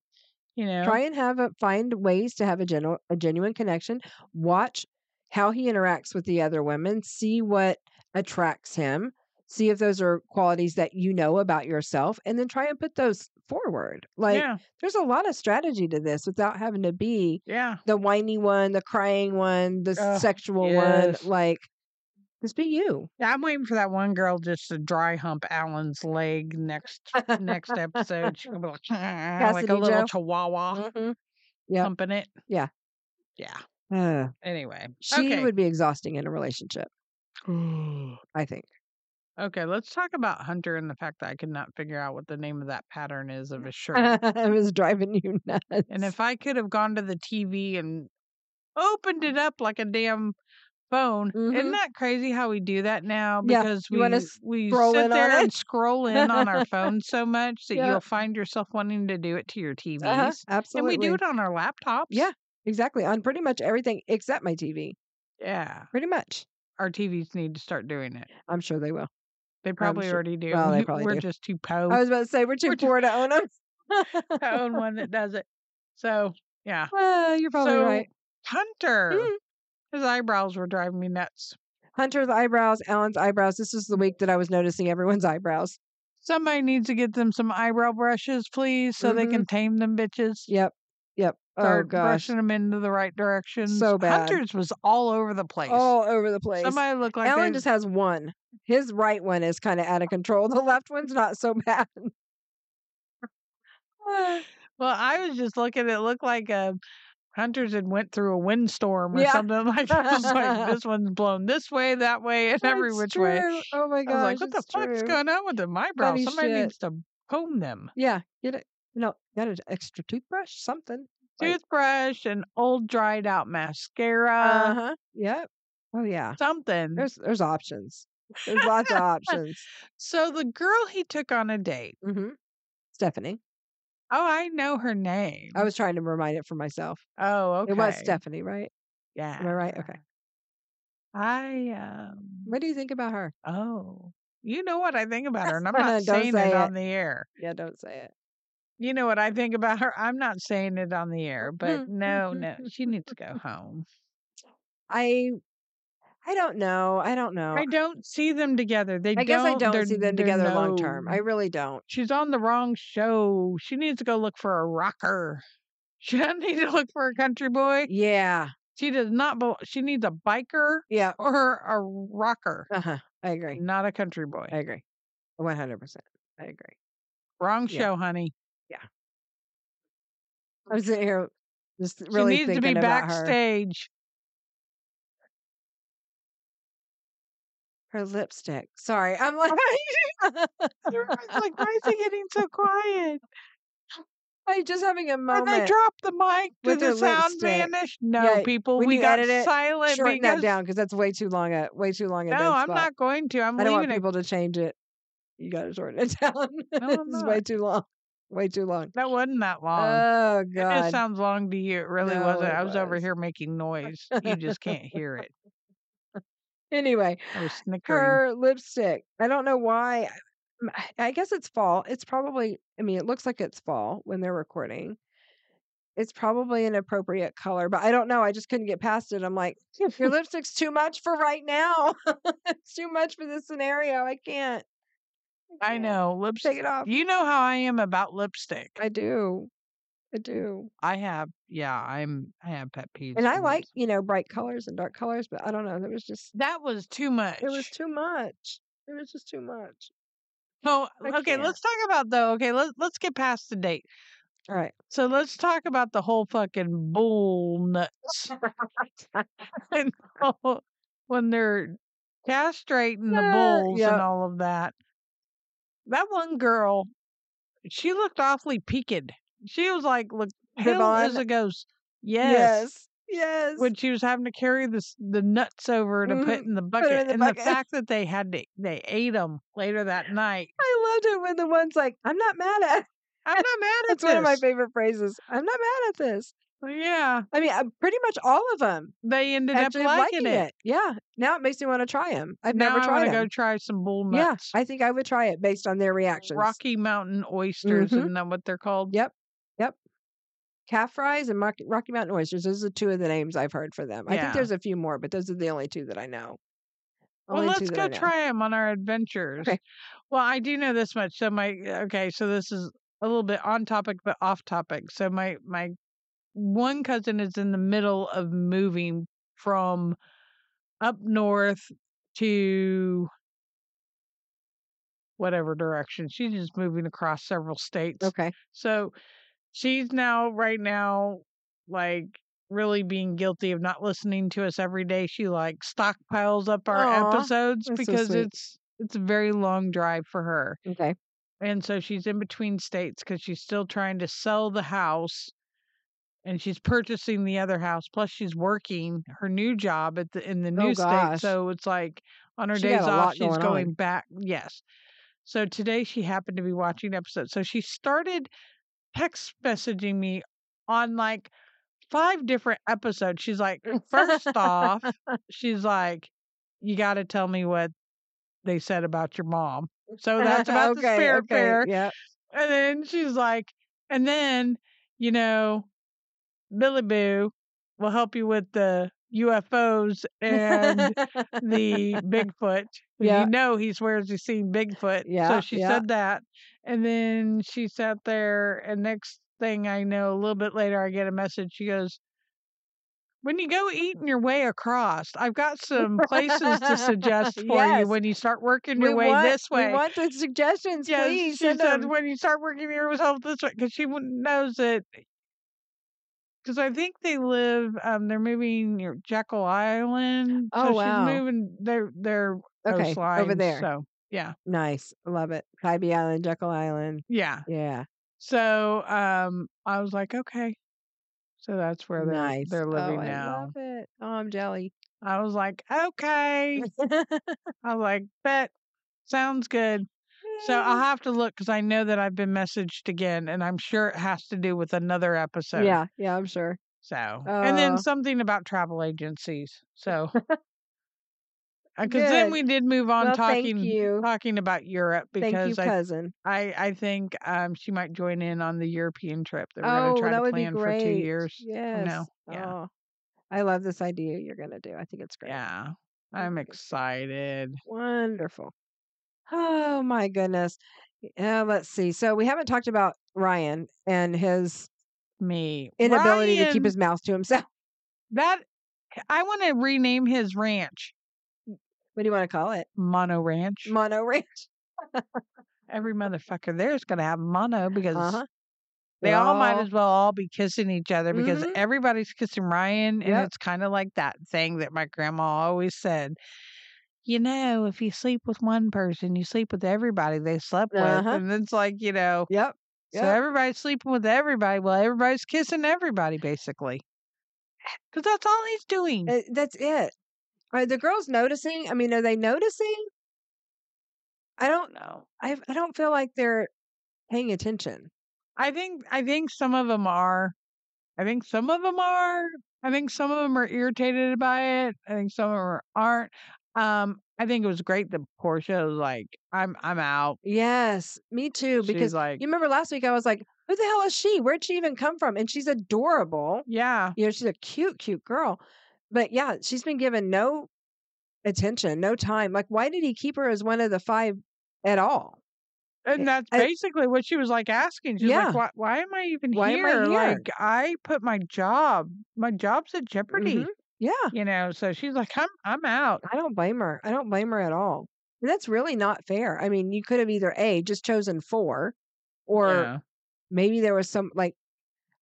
S3: You know,
S4: Try and have a find ways to have a general a genuine connection. Watch how he interacts with the other women. See what attracts him. See if those are qualities that you know about yourself, and then try and put those forward. Like
S3: yeah,
S4: there's a lot of strategy to this without having to be
S3: yeah.
S4: the whiny one, the crying one, the
S3: Ugh,
S4: sexual
S3: yes.
S4: one. Like, just be you.
S3: Yeah, I'm waiting for that one girl just to dry hump Alan's leg next next episode. She's gonna be like, like a
S4: Cassidy
S3: little
S4: Joe?
S3: chihuahua
S4: Mhm. yep.
S3: humping it.
S4: Yeah.
S3: yeah.
S4: Ugh.
S3: Anyway,
S4: she
S3: okay.
S4: would be exhausting in a relationship, I think. [LAUGHS]
S3: okay, let's talk about Hunter and the fact that I could not figure out what the name of that pattern is
S4: [LAUGHS]
S3: of his shirt.
S4: it was driving you nuts.
S3: and if I could have gone to the TV and opened it
S4: Mm-hmm.
S3: up like a damn phone, isn't
S4: Mhm.
S3: that crazy how we do that now?
S4: Yeah,
S3: Because
S4: you
S3: we
S4: wanna
S3: we
S4: scroll
S3: sit
S4: in on
S3: there and
S4: it.
S3: scroll in on
S4: [LAUGHS]
S3: our phone so much that
S4: Yeah.
S3: you'll find yourself wanting to do it to your TVs,
S4: Uh-huh,
S3: and
S4: Absolutely.
S3: we do it on our laptops.
S4: Yeah. Exactly. On pretty much everything except my TV.
S3: yeah.
S4: Pretty much.
S3: Our TVs need to start doing it.
S4: I'm sure they will.
S3: They probably
S4: sure-
S3: already do.
S4: well,
S3: [LAUGHS]
S4: they
S3: We-
S4: probably
S3: We're
S4: do.
S3: just too
S4: I
S3: po [LAUGHS]
S4: was about to say, we're too
S3: We're too-
S4: poor to
S3: [LAUGHS]
S4: own them.
S3: own one that does it. So yeah,
S4: Uh, [LAUGHS] you're probably
S3: so
S4: right.
S3: Hunter,
S4: Mhm.
S3: his eyebrows were driving me nuts.
S4: Hunter's eyebrows, Alan's eyebrows. This is the week that I was noticing everyone's eyebrows.
S3: Somebody needs to get them some eyebrow brushes, please, so they
S4: Mhm.
S3: can tame them bitches.
S4: Yep. Yep. Oh
S3: Start
S4: gosh.
S3: brushing them into the right direction.
S4: So bad.
S3: Hunter's was all over the place.
S4: All over the place.
S3: Somebody looked like
S4: Alan
S3: they,
S4: just has one. His right one is kind of out
S3: Oh.
S4: of control. The left one's not so
S3: [SIGHS]
S4: [LAUGHS] bad. [SIGHS] Uh,
S3: well, I was just looking. It looked like uh Hunter's had went through a windstorm or
S4: Yeah.
S3: something [LAUGHS] like. That. It's like
S4: [LAUGHS]
S3: this one's blown this way, that way, and every
S4: it's
S3: which way.
S4: true. Oh my
S3: I
S4: gosh.
S3: was like, what the
S4: it's
S3: fuck's
S4: true.
S3: going on with them eyebrows?
S4: Funny
S3: Somebody
S4: shit.
S3: needs to comb them.
S4: Yeah. Get it. No, got an extra toothbrush, something. Like-
S3: Toothbrush and old dried out mascara,
S4: Uh huh. Yep. Oh yeah.
S3: something.
S4: There's there's options. There's
S3: [LAUGHS]
S4: lots of options.
S3: So the girl he took on a date.
S4: hmm Stephanie.
S3: Oh, I know her name.
S4: I was trying to remind it for myself.
S3: Oh, Mm. okay.
S4: It was Stephanie, right?
S3: Yeah.
S4: Am I right? Okay.
S3: I um.
S4: What do you think about her?
S3: Oh, you know what I think about her, and I'm not
S4: Don't
S3: saying
S4: say
S3: it
S4: it.
S3: on the air.
S4: Yeah, don't say it.
S3: You know what I think about her. I'm not saying it on the air, but
S4: Mhm,
S3: no,
S4: mhm, [LAUGHS]
S3: no, she needs to go home.
S4: I I don't know. Oh, I don't know.
S3: I don't see them together. They
S4: I guess I
S3: they're-
S4: don't see them
S3: they're
S4: together long term. I
S3: no-
S4: really don't.
S3: she's on the wrong show. She needs to go look for a rocker. [LAUGHS] She doesn't need to look for a country boy.
S4: Yeah.
S3: She does not. Bel- she needs a biker
S4: Yeah.
S3: or a rocker,
S4: Uh-huh. I agree.
S3: not a country boy.
S4: I agree. 100%. I agree.
S3: Wrong
S4: yeah.
S3: show, honey. [LAUGHS]
S4: I'm sitting here just
S3: She
S4: really
S3: needs to
S4: thinking
S3: be
S4: about her. [LAUGHS]
S3: backstage. [LAUGHS]
S4: Her lipstick. Sorry. I'm like
S3: Everyone's like, why is it getting so
S4: [LAUGHS]
S3: quiet?
S4: I'm [LAUGHS] just having a
S3: Or
S4: moment.
S3: they dropped the mic.
S4: with
S3: Did
S4: her
S3: the sound
S4: lipstick.
S3: vanish? No,
S4: Yeah,
S3: people.
S4: when
S3: we
S4: you
S3: got
S4: edit it,
S3: silent
S4: Shorten
S3: because
S4: that down because that's way too long a way too long a
S3: no,
S4: dead
S3: I'm
S4: spot.
S3: not going to. I'm
S4: I don't
S3: leaving
S4: want
S3: it.
S4: people to change it. You gotta shorten it [LAUGHS] down.
S3: No, I'm
S4: this is way too long. Way too long.
S3: That wasn't that long.
S4: Oh
S3: It just
S4: god.
S3: sounds long to you. It really
S4: No,
S3: wasn't.
S4: it
S3: I was over
S4: was.
S3: here making noise. You just can't hear it.
S4: Anyway,
S3: I
S4: [LAUGHS]
S3: was snickering.
S4: her lipstick. I don't know why. m- I guess it's fall. It's probably, I mean, it looks like it's fall when they're recording. It's probably an appropriate color, but I don't know. I just couldn't get past it. I'm like,
S3: [LAUGHS]
S4: your lipstick's too much for right now. [LAUGHS] it's too much for this scenario. I can't.
S3: I
S4: can't.
S3: know lipstick.
S4: Take it off.
S3: You know how I am about lipstick. I,
S4: I do. I do.
S3: have, yeah, I'm. I have pet peeves.
S4: And I
S3: for
S4: like,
S3: lips-
S4: you know, bright colors and dark colors, but I don't know. There was just,
S3: that was too much. [LAUGHS]
S4: it was too much. It was just too much.
S3: Oh,
S4: I
S3: okay.
S4: can't.
S3: Let's talk about though. Okay, let's let's get past the date.
S4: All right.
S3: So let's talk about the whole fucking bull nuts. [LAUGHS] and all- when they're castrating the
S4: Yeah,
S3: bulls and
S4: Uh, yep.
S3: all of that. That one girl, she looked awfully peaked. She was like, look, pale as
S4: Devon?
S3: a ghost. Yes.
S4: Yes.
S3: when she was having to carry this the nuts over to put
S4: Mhm.
S3: in the
S4: it
S3: bucket,
S4: in the
S3: and the
S4: bucket.
S3: fact that they had to they ate them later that night.
S4: I loved it when the one's like, I'm not mad at [LAUGHS]
S3: I'm not mad at
S4: That's one of my
S3: this.
S4: favorite phrases. I'm not mad at this.
S3: Yeah,
S4: I mean, uh, pretty much all of them
S3: they ended up
S4: actually
S3: liking, it.
S4: Yeah. Now it makes me want to try them. I've
S3: now I
S4: never
S3: want
S4: tried
S3: to go
S4: them.
S3: try some bull
S4: Yeah,
S3: nuts.
S4: I think I would try it based on their reactions.
S3: Rocky Mountain oysters,
S4: Mhm.
S3: isn't that what they're called?
S4: Yep. Calf fries and Rocky, Rocky Mountain oysters. Those are two of the names I've heard for them. I
S3: Yeah.
S4: think there's a few more, but those are the only two that I know.
S3: Well,
S4: Only two
S3: let's
S4: that I
S3: go
S4: know.
S3: try them on our adventures.
S4: Okay.
S3: Well, I do know this much. So my uh, okay, so this is a little bit on topic but off topic. So my my one cousin is in the middle of moving from up north to whatever direction. She's just moving across several states.
S4: Okay.
S3: So she's now right now like really being guilty of not listening to us every day. She like stockpiles up our
S4: Aw,
S3: episodes
S4: that's so
S3: because
S4: sweet.
S3: it's it's a very long drive for her.
S4: Okay.
S3: And so she's in between states cuz she's still trying to sell the house and she's purchasing the other house plus she's working her new job at the in the new state
S4: Oh, gosh.
S3: so it's like on her
S4: She got
S3: days
S4: a
S3: off
S4: lot
S3: she's
S4: going on.
S3: going back yes so today she happened to be watching an episode so she started text messaging me on like five different episodes. She's like, "Uh, first
S4: [LAUGHS]
S3: off, she's like, you got to tell me what they said about your mom. So Oh, that's about the
S4: [LAUGHS] okay,
S3: spirit
S4: okay,
S3: fair.
S4: Yeah.
S3: And then she's like, and then, you know, Billy Boo will help you with the
S4: [LAUGHS]
S3: UFOs and [LAUGHS] the Bigfoot. And
S4: Yeah.
S3: You know he swears he's seen Bigfoot.
S4: Yeah,
S3: So she
S4: yeah.
S3: said that. And then she sat there and next thing I know, a little bit later I get a message. She goes, When you go eating your way across, I've got some places to suggest for you
S4: Yes.
S3: when you start working your
S4: we
S3: way
S4: want,
S3: this way.
S4: We want the suggestions,
S3: Yes,
S4: please.
S3: she
S4: send
S3: said
S4: 'em.
S3: when you start working yourself this way, because she w- knows that. Because I think they live, um, they're moving near Jekyll Island.
S4: Oh,
S3: so
S4: wow.
S3: she's moving their their
S4: okay,
S3: coastlines.
S4: over there.
S3: So yeah,
S4: Nice. Love it. Tybee Island, Jekyll Island.
S3: yeah.
S4: Yeah.
S3: So um, I was like, okay, so that's where they're
S4: nice.
S3: they're living
S4: oh, I
S3: now.
S4: love it. Oh,
S3: [LAUGHS]
S4: I'm jelly.
S3: I was like,
S4: [LAUGHS]
S3: okay. I was like, bet sounds good. So I'll
S4: [LAUGHS]
S3: have to look because I know that I've been messaged again, and I'm sure it has to do with another episode.
S4: Yeah, yeah, I'm sure.
S3: So, and then
S4: Uh,
S3: something about travel
S4: [LAUGHS]
S3: agencies. So, because then
S4: Good.
S3: we did move on
S4: Well, thank
S3: talking
S4: you.
S3: talking about Europe
S4: Thank you,
S3: because I,
S4: cousin.
S3: I I think um she might join in on the European trip that we're going
S4: Oh,
S3: to try
S4: that
S3: to
S4: would be
S3: plan for
S4: great.
S3: two years.
S4: Yes.
S3: Yeah.
S4: Oh, I love this idea you're going to do. I think it's great.
S3: Yeah,
S4: I
S3: I'm
S4: think it's
S3: excited.
S4: Wonderful. Oh my goodness. Uh, let's see. So we haven't talked about Ryan and his
S3: Me
S4: inability to
S3: Ryan,
S4: keep his mouth to himself. [LAUGHS]
S3: that. I want to rename his ranch
S4: What do you want to call it?
S3: Mono Ranch.
S4: Mono ranch.
S3: Every motherfucker there's going to have mono because
S4: Uh-huh.
S3: They
S4: They're
S3: all might as well all be kissing each other because
S4: Mhm.
S3: everybody's kissing Ryan. And
S4: Yep.
S3: it's kind of like that thing that my grandma always said. You know, if you sleep with one person, you sleep with everybody they slept
S4: Uh-huh.
S3: with. And it's like, you know,
S4: Yep.
S3: so
S4: Yep.
S3: everybody's sleeping with everybody. Well, everybody's kissing everybody, basically. Because that's all he's doing.
S4: Uh, that's it. Are the girls noticing? I mean, are they noticing? I don't know. I I don't feel like they're paying attention.
S3: I think I think some of them are. I think some of them are. I think some of them are irritated by it. I think some of them aren't. Um, I think it was great that Portia was like, "I'm I'm out."
S4: Yes, me too.
S3: She's
S4: Because
S3: like,
S4: you remember last week, I was like, "Who the hell is she? Where'd she even come from?" And she's adorable.
S3: "Yeah,
S4: You know, she's a cute, cute girl. But yeah, she's been given no attention, no time. Like, why did he keep her as one of the five at all?
S3: and
S4: Yeah,
S3: that's
S4: Eh, I-
S3: basically what she was like asking. She's
S4: Yeah.
S3: like, why, why am I even
S4: Why am
S3: here?
S4: I
S3: Like, I put my job, my job's at jeopardy.
S4: Mhm. Yeah,
S3: You know." So she's like, "I'm I'm out."
S4: I don't blame her. I don't blame her at all. And that's really not fair. I mean, you could have either A, just chosen four, or
S3: Yeah.
S4: maybe there was some, like,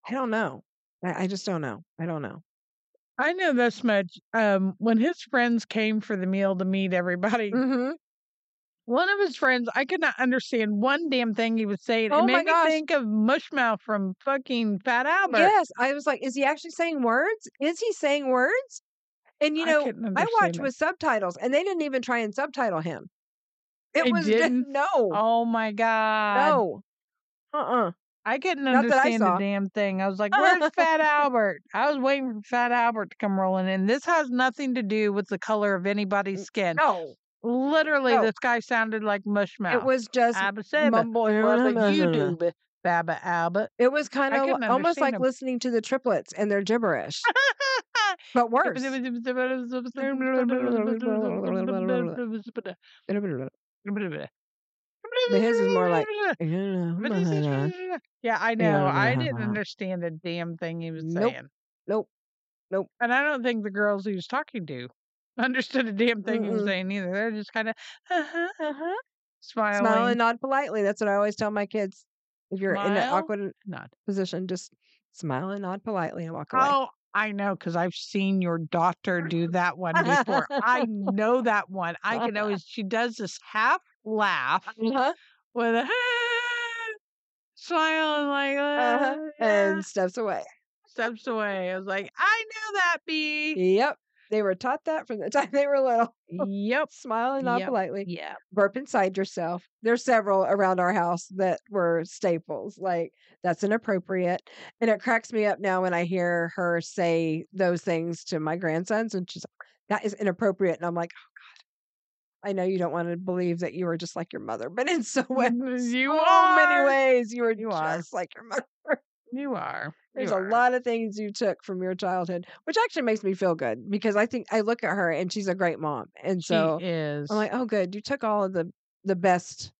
S4: I don't know. I, I just don't know. I don't know.
S3: I know this much. Um, when his friends came for the meal to meet everybody,
S4: Mm-hmm.
S3: One of his friends, I could not understand one damn thing he was saying.
S4: Oh
S3: it
S4: my
S3: made me
S4: gosh.
S3: think of Mushmouth from fucking Fat Albert.
S4: Yes, I was like, is he actually saying words? Is he saying words? And you know, I, watched
S3: was
S4: with subtitles, and they didn't even try and subtitle him. It
S3: They
S4: was
S3: didn't?
S4: Just, no,
S3: Oh my god!
S4: no, uh, uh
S3: I couldn't
S4: Not that I
S3: understand
S4: saw.
S3: a damn thing. I was
S4: [LAUGHS]
S3: like, "Where's Fat Albert?" I was waiting for Fat Albert to come rolling in. This has nothing to do with the color of anybody's skin.
S4: no.
S3: Literally,
S4: No.
S3: this guy sounded like Mushmouth.
S4: It was just,
S3: Abba Saba.
S4: mumble-
S3: Where's the YouTube? Baba Albert.
S4: it was kind
S3: I
S4: of
S3: couldn't
S4: almost
S3: understand
S4: like
S3: him.
S4: listening to the triplets and their
S3: [LAUGHS]
S4: gibberish, but worse. [LAUGHS]
S3: But
S4: But his is more like-
S3: But he says, [LAUGHS] Yeah, I know. I
S4: [LAUGHS]
S3: didn't understand a damn thing he was
S4: Nope.
S3: saying.
S4: Nope. Nope.
S3: And I don't think the girls he was talking to [LAUGHS] understood a damn thing he was
S4: Mm-mm.
S3: saying either. They're just kind of uh-huh, uh-huh, smiling.
S4: Smile and nod politely. That's what I always tell my kids. If you're in an
S3: Smile,
S4: awkward
S3: nod.
S4: position, just smile and nod politely and walk away.
S3: Oh, I know because I've seen your daughter do that one before.
S4: [LAUGHS]
S3: I know that one. I can always. She does this half laugh
S4: Uh-huh.
S3: with a [LAUGHS] smile and like
S4: Uh-huh.
S3: uh, yeah,
S4: And steps away.
S3: steps away. I was like, I know that bee. [LAUGHS]
S4: Yep. They were taught that from the [LAUGHS] time they were little.
S3: Yep.
S4: Smile and nod
S3: Yep.
S4: politely. [LAUGHS]
S3: Yeah.
S4: burp inside yourself. There's several around our house that were staples. Like that's inappropriate, and it cracks me up now when I hear her say those things to my grandsons, and she's like, that is inappropriate, and I'm like, oh god, I know you don't want to believe that you are just like your mother, but in [LAUGHS] so, wa-
S3: [LAUGHS] you
S4: so
S3: are.
S4: oh, many ways you are
S3: You are.
S4: just like your mother.
S3: You are.
S4: There's
S3: you
S4: a
S3: are.
S4: lot of things you took from your childhood, which actually makes me feel good because I think I look at her and she's a great mom, and
S3: She
S4: so
S3: is.
S4: I'm like, oh, good. You took all of the the best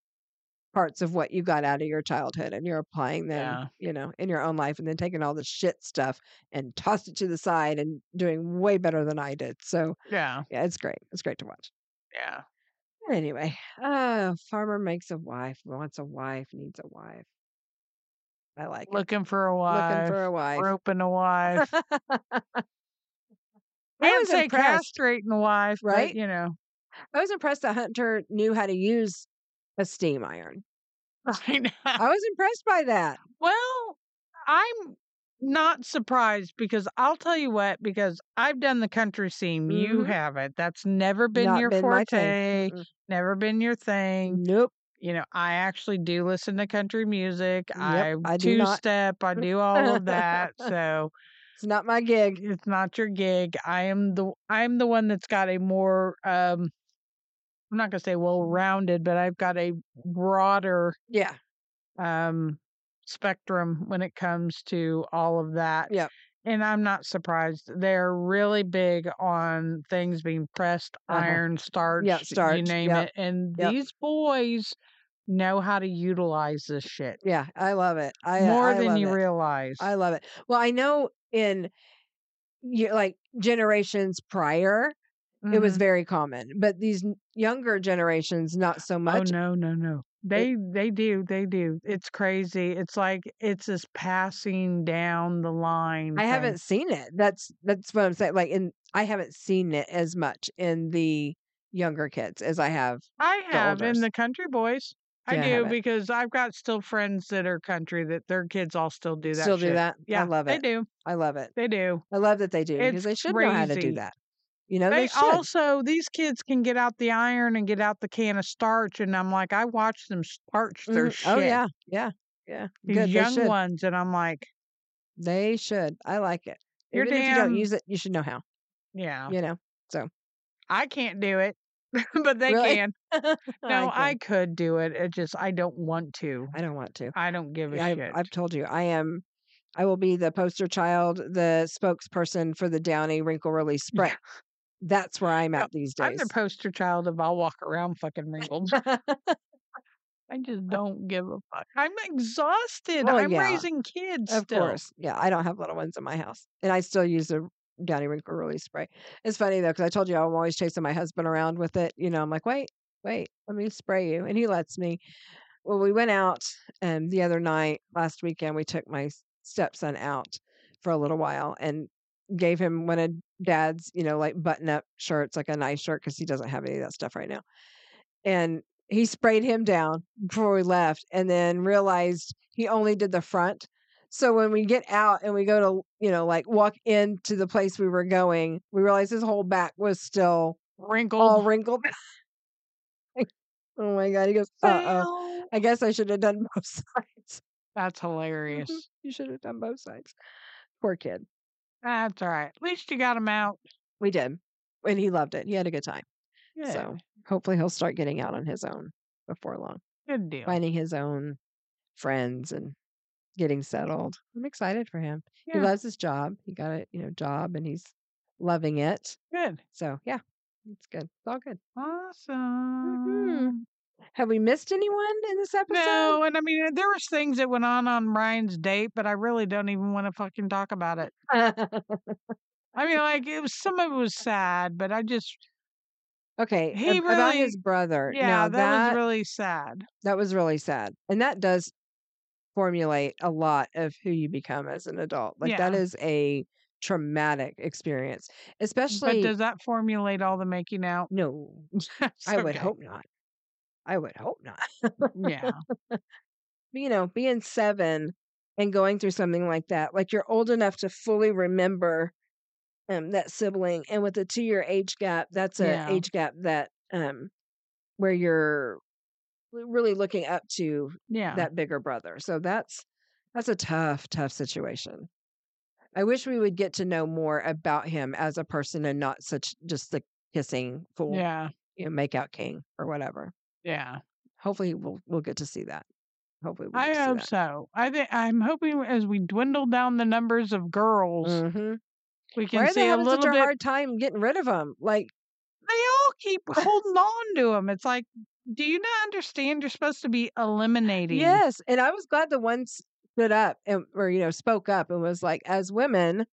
S4: parts of what you got out of your childhood, and you're applying them,
S3: Yeah.
S4: you know, in your own life, and then taking all the shit stuff and tossed it to the side and doing way better than I did. So
S3: yeah,
S4: yeah, it's great. It's great to watch.
S3: yeah.
S4: Anyway, uh, farmer makes a wife, wants a wife, needs a wife. I like it.
S3: Looking for a wife.
S4: looking for a wife.
S3: Roping
S4: [LAUGHS]
S3: a wife.
S4: I
S3: I would
S4: was
S3: say
S4: impressed.
S3: castrating a wife, but,
S4: right?
S3: you know, [LAUGHS]
S4: I was impressed that Hunter knew how to use a
S3: [LAUGHS]
S4: steam iron. [LAUGHS]
S3: I know.
S4: I was impressed by that.
S3: Well, I'm not surprised because I'll tell you what, because I've done the country scene, you
S4: Mhm.
S3: haven't. That's never been
S4: Not
S3: your
S4: been
S3: forte,
S4: my thing. Mm-mm. Mm-hmm.
S3: never been your thing.
S4: Nope.
S3: You know, I actually do listen to country music. I
S4: I do
S3: two
S4: not.
S3: step, I do all of
S4: [LAUGHS]
S3: that. So
S4: It's not my gig.
S3: it's not your gig. I am the I'm the one that's got a more um I'm not gonna say well rounded, but I've got a broader
S4: Yeah.
S3: um spectrum when it comes to all of that.
S4: Yep.
S3: And I'm not surprised. They're really big on things being pressed,
S4: Uh-huh.
S3: iron, starch, you
S4: starch,
S3: name
S4: yep,
S3: it. And
S4: yep.
S3: these boys know how to utilize this shit
S4: Yeah. I love it. I uh,
S3: more
S4: I
S3: than
S4: love
S3: you
S4: it.
S3: realize.
S4: I love it. Well, I know in you like generations prior, it was
S3: Mhm.
S4: very common, but these n- younger generations, not so much.
S3: Oh no, no, no. They they do, they do. It's crazy. It's like it's this passing down the line.
S4: I
S3: thing.
S4: haven't seen it. That's that's what I'm saying. Like in I haven't seen it as much in the younger kids as I have.
S3: I
S4: the
S3: have in
S4: olders.
S3: the country boys. I
S4: Yeah, I
S3: do
S4: haven't.
S3: because I've got still friends that are country that their kids all still do that.
S4: Still
S3: shit.
S4: do that.
S3: Yeah,
S4: I love
S3: They
S4: it.
S3: do.
S4: I love it.
S3: They do.
S4: I love that they do
S3: It's
S4: because they should know how to do
S3: crazy.
S4: that. You know
S3: they
S4: they, should.
S3: also these kids can get out the iron and get out the can of starch, and I'm like, I watch them starch their
S4: Mhm.
S3: shit.
S4: Oh yeah, yeah, yeah.
S3: These
S4: Good. They
S3: young
S4: should.
S3: ones, and I'm like,
S4: They should. I like it.
S3: Your
S4: Even if you don't
S3: damn-
S4: use it, you should know how.
S3: yeah,
S4: You know.
S3: I can't do it, [LAUGHS] but they
S4: Really?
S3: can. No, Oh, I, could do it. It just I don't want to.
S4: I don't want to.
S3: I don't give a
S4: I've,
S3: shit.
S4: I've told you, I am. I will be the poster child, the spokesperson for the Downy Wrinkle Release
S3: [LAUGHS] Yeah.
S4: Spray. That's where I'm
S3: No,
S4: at these
S3: I'm
S4: days.
S3: the poster child of I'll walk around fucking
S4: [LAUGHS]
S3: wrinkled. I just don't give a fuck. I'm exhausted.
S4: Well,
S3: I'm
S4: Uh Oh, yeah,
S3: raising kids.
S4: of
S3: still.
S4: course, yeah. I don't have little ones in my house, and I still use the Downy Wrinkle Release Spray. It's funny though, because I told you I'm always chasing my husband around with it. You know, I'm like, wait, wait, let me spray you, and he lets me. well, we went out um, the other night last weekend. We took my s- stepson out for a little while and gave him one of dad's, you know, like button up shirts, like a nice shirt, because he doesn't have any of that stuff right now. And he sprayed him down before we left and then realized he only did the front. So when we get out and we go to, you know, like walk into the place we were going, we realized his whole back was still
S3: Wrinkled.
S4: all wrinkled. [LAUGHS] oh my God. He goes, uh oh.
S3: Fail.
S4: I guess I should have done both [LAUGHS] sides. Mm-hmm.
S3: That's hilarious.
S4: You should have done both sides. Poor kid.
S3: That's all right. At least you got him out.
S4: We did. And he loved it. He had a good time.
S3: Yeah.
S4: So hopefully he'll start getting out on his own before long.
S3: Good deal.
S4: finding his own friends and getting settled. I'm excited for him. He
S3: Yeah.
S4: loves his job. He got a you know job and he's loving it.
S3: Good.
S4: So yeah, it's good. It's all good.
S3: Awesome.
S4: Have we missed anyone in this episode?
S3: No, and I mean there was things that went on on Ryan's date, but I really don't even want to fucking talk about it. I mean, like it was some of it was sad, but I just
S4: [LAUGHS] okay.
S3: He
S4: ab- about
S3: really-
S4: his brother.
S3: yeah,
S4: now
S3: that,
S4: that
S3: was really sad.
S4: that was really sad. And that does formulate a lot of who you become as an adult. Like that
S3: Yeah.
S4: is a traumatic experience.
S3: But
S4: Especially
S3: does that formulate all the making out? [LAUGHS]
S4: no,
S3: That's
S4: I would
S3: okay.
S4: hope [LAUGHS] not. I would hope not.
S3: Yeah.
S4: you know, being seven and going through something like that, like you're old enough to fully remember um, that sibling, and with a two year age gap, that's a
S3: Yeah.
S4: age gap that um, where you're re- really looking up to
S3: Yeah.
S4: that bigger brother. So that's that's a tough, tough situation. I wish we would get to know more about him as a person and not such just the kissing fool,
S3: yeah.
S4: you know, make out king or whatever.
S3: Yeah.
S4: Hopefully, we'll we'll get to see that. Hopefully, we'll
S3: I
S4: get to see
S3: hope
S4: that.
S3: so. I think I'm hoping as we dwindle down the numbers of girls,
S4: Mm-hmm.
S3: we can
S4: Why are they
S3: see a
S4: having
S3: little
S4: such a
S3: bit.
S4: hard time getting rid of them? Like,
S3: They all
S4: [LAUGHS]
S3: keep holding on to them. It's like, do you not understand? You're supposed to
S4: [SIGHS]
S3: be eliminating.
S4: yes. And I was glad the one s- stood up and, or you know, spoke up and was like, as women,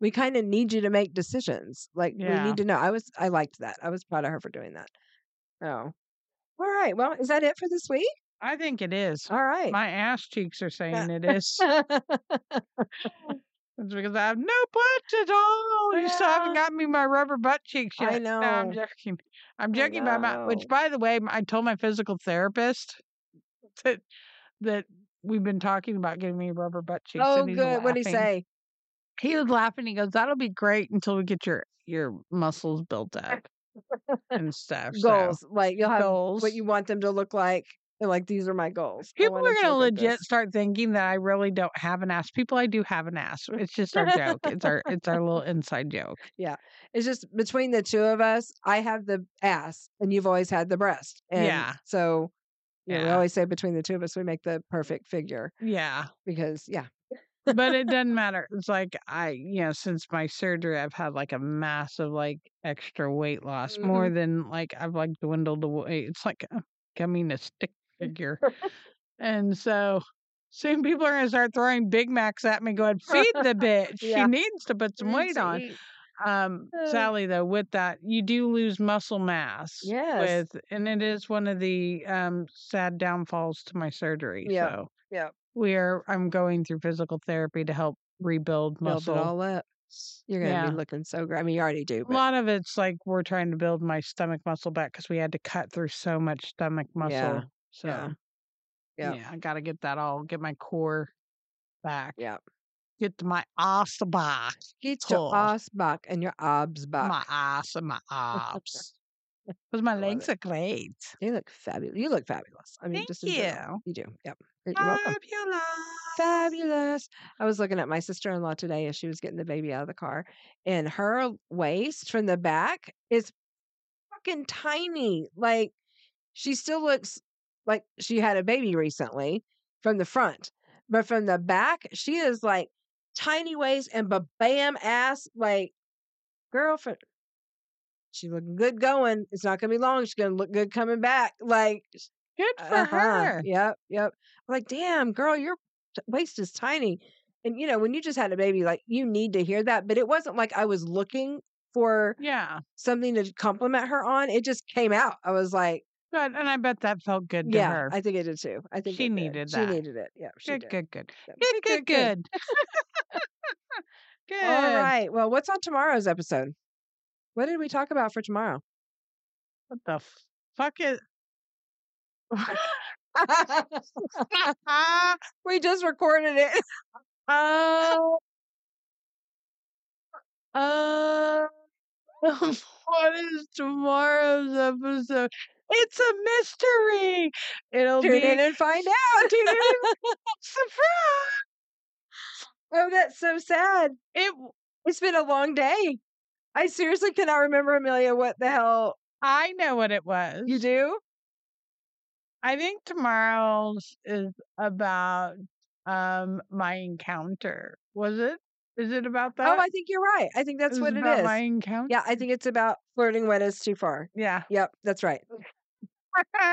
S4: we kind of need you to make decisions. Like, we
S3: Yeah.
S4: need to know. I was, I liked that. I was proud of her for doing that. Oh, all right. Well, is that it for this week?
S3: I think it is.
S4: All right.
S3: My ass cheeks are saying
S4: [LAUGHS]
S3: it is. It's because I have no butts at all. You still haven't
S4: Yeah.
S3: got me my rubber butt cheeks yet.
S4: I
S3: No, I'm
S4: know.
S3: joking. I'm
S4: I
S3: joking about my. Which,
S4: know.
S3: by the way, m- I told my physical therapist [LAUGHS] that that we've been talking about getting me rubber butt cheeks.
S4: oh,
S3: and he's
S4: good. What would he
S3: laughing.
S4: say?
S3: He was laughing. He goes, "That'll be great until we get your your muscles built
S4: [LAUGHS]
S3: up and stuff." so,
S4: Goals. Like, you'll have
S3: goals.
S4: what you want them to look like. And like, these are my goals. I
S3: People
S4: want
S3: are
S4: them
S3: going to
S4: look like
S3: legit
S4: this.
S3: start thinking that I really don't have an ass. People, I do have an ass. It's just our joke. It's
S4: [LAUGHS]
S3: our it's our little inside joke.
S4: it's just between the two of us, I have the ass and you've always had the breast. And
S3: Yeah.
S4: So you know, we
S3: Yeah.
S4: always say between the two of us, we make the perfect figure
S3: Yeah.
S4: because, yeah.
S3: but it
S4: [LAUGHS]
S3: doesn't matter. It's like I, you know, since my surgery, I've had like a massive, like extra weight loss, more
S4: Mm-hmm.
S3: than like I've like dwindled the weight. It's like uh, becoming a stick figure, and so soon people are gonna start throwing Big Macs at me, going, "Feed
S4: [LAUGHS]
S3: the bitch. She
S4: Yeah.
S3: needs to put some weight on." Um,
S4: Uh.
S3: Sally, though, with that, you do lose muscle mass.
S4: Yes.
S3: With and it is one of the um sad downfalls to my surgery.
S4: Yep,
S3: So
S4: yep.
S3: We are I'm going through physical therapy to help rebuild
S4: Build
S3: muscle.
S4: it all up. You're going to
S3: Yeah.
S4: be looking so great. I mean, you already do.
S3: A
S4: But
S3: lot of it's like we're trying to build my stomach muscle back because we had to cut through so much stomach muscle.
S4: Yeah,
S3: So
S4: yeah, yep.
S3: yeah, I gotta get that all get my core back.
S4: Yep.
S3: Get to my ass back.
S4: Get
S3: Cool.
S4: your ass back and your abs back.
S3: My ass and my abs. Because my
S4: love
S3: legs are great.
S4: They look fabulous. You look fabulous. I mean,
S3: Thank
S4: just in
S3: you.
S4: general. You do. Yep. You're welcome.
S3: Fabulous.
S4: fabulous. I was looking at my sister in law today as she was getting the baby out of the car, and her waist from the back is fucking tiny. Like she still looks like she had a baby recently from the front, but from the back, she is like tiny waist and ba bam ass. Like, girlfriend, she looking good going. It's not going to be long. She's going to look good coming back. Like,
S3: Good for
S4: uh-huh.
S3: her.
S4: Yep, yep. I'm like, damn, girl, your t- waist is tiny. And you know, when you just had a baby, like you need to hear that. But it wasn't like I was looking for
S3: Yeah.
S4: something to compliment her on. It just came out. I was like,
S3: Good. And I bet that felt good to
S4: yeah,
S3: her.
S4: I think it did too. I think
S3: She
S4: it did.
S3: needed
S4: She
S3: that.
S4: needed it. Yeah, she
S3: good,
S4: did.
S3: good, good.
S4: So,
S3: Good, good, good. good. [LAUGHS]
S4: All right. Well, what's on tomorrow's episode? What did we talk about for tomorrow?
S3: What the fuck is
S4: [LAUGHS]
S3: Ah,
S4: [LAUGHS] we just recorded it. Oh,
S3: Uh, uh,
S4: um,
S3: what is tomorrow's episode? It's a mystery. It'll
S4: Tune
S3: be [LAUGHS]
S4: in and find out.
S3: Tune in and- surprise.
S4: Oh, that's so sad.
S3: It.
S4: It's been a long day. I seriously cannot remember, Amelia, what the hell
S3: I know what it was.
S4: you do.
S3: I think tomorrow's is about um my encounter. Was it? Is it about that?
S4: Oh, I think you're right. I think that's
S3: was
S4: what it
S3: about
S4: is.
S3: My encounter.
S4: Yeah, I think it's about flirting when it's too far.
S3: Yeah.
S4: Yep, that's right.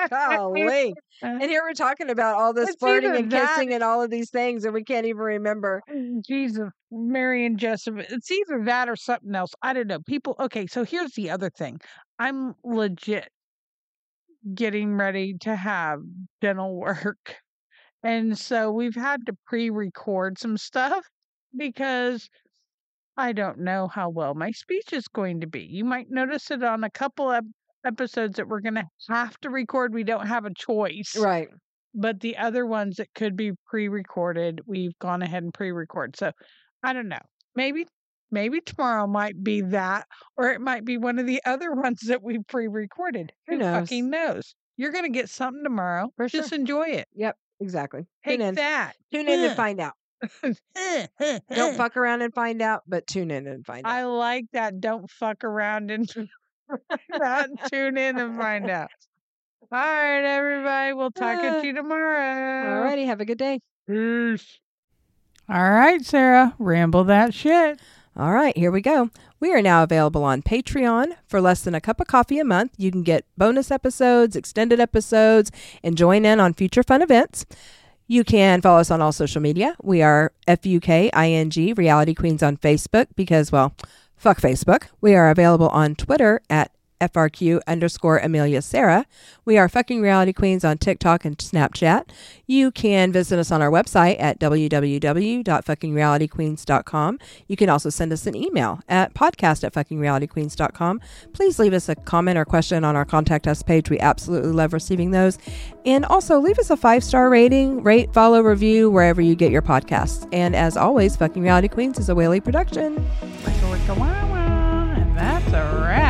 S4: Golly.
S3: Uh,
S4: And here we're talking about all this
S3: It's
S4: flirting
S3: either
S4: and
S3: that-
S4: kissing and all of these things, and we can't even remember.
S3: Mm, Jesus, Mary and Joseph. It's either that or something else. I don't know. People, okay, so here's the other thing. I'm legit getting ready to have dental [LAUGHS] work. And so we've had to pre record some stuff because I don't know how well my speech is going to be. You might notice it on a couple of episodes that we're going to have to record. We don't have a choice
S4: Right.
S3: but the other ones that could be pre-recorded we've gone ahead and pre-record so i don't know maybe maybe tomorrow might be that or it might be one of the other [LAUGHS] ones that we pre-recorded
S4: Who
S3: fucking knows you're gonna get something tomorrow
S4: For
S3: just enjoy it
S4: Exactly.
S3: take
S4: Tune in.
S3: that
S4: Tune in
S3: Ugh.
S4: and find out.
S3: [LAUGHS]
S4: Don't [CLEARS THROAT] fuck around and find out, but tune in and find
S3: i
S4: out.
S3: like that don't fuck around
S4: [LAUGHS]
S3: and [LAUGHS] not tune in and find out all right everybody we'll talk
S4: Uh,
S3: at you tomorrow
S4: Alrighty, have a good day.
S3: Peace. All right, Sarah, ramble that shit.
S4: All right, here we go. We are now available on Patreon. For less than a cup of coffee a month, you can get bonus episodes, extended episodes, and join in on future fun events. You can follow us on all social media. We are F-U-K-I-N-G, Reality Queens on Facebook, because, well, fuck Facebook. We are available on Twitter at FRQ underscore Amelia Sarah. We are fucking reality queens on TikTok and Snapchat. You can visit us on our website at www.fuckingrealityqueens.com. You can also send us an email at podcast at fuckingrealityqueens.com. Please leave us a comment or question on our contact us page. We absolutely love receiving those. And also leave us a five star rating, rate, follow, review wherever you get your podcasts. And as always, Fucking Reality Queens is a Whaley production.
S3: Wicka wicka wah wah, and that's a wrap.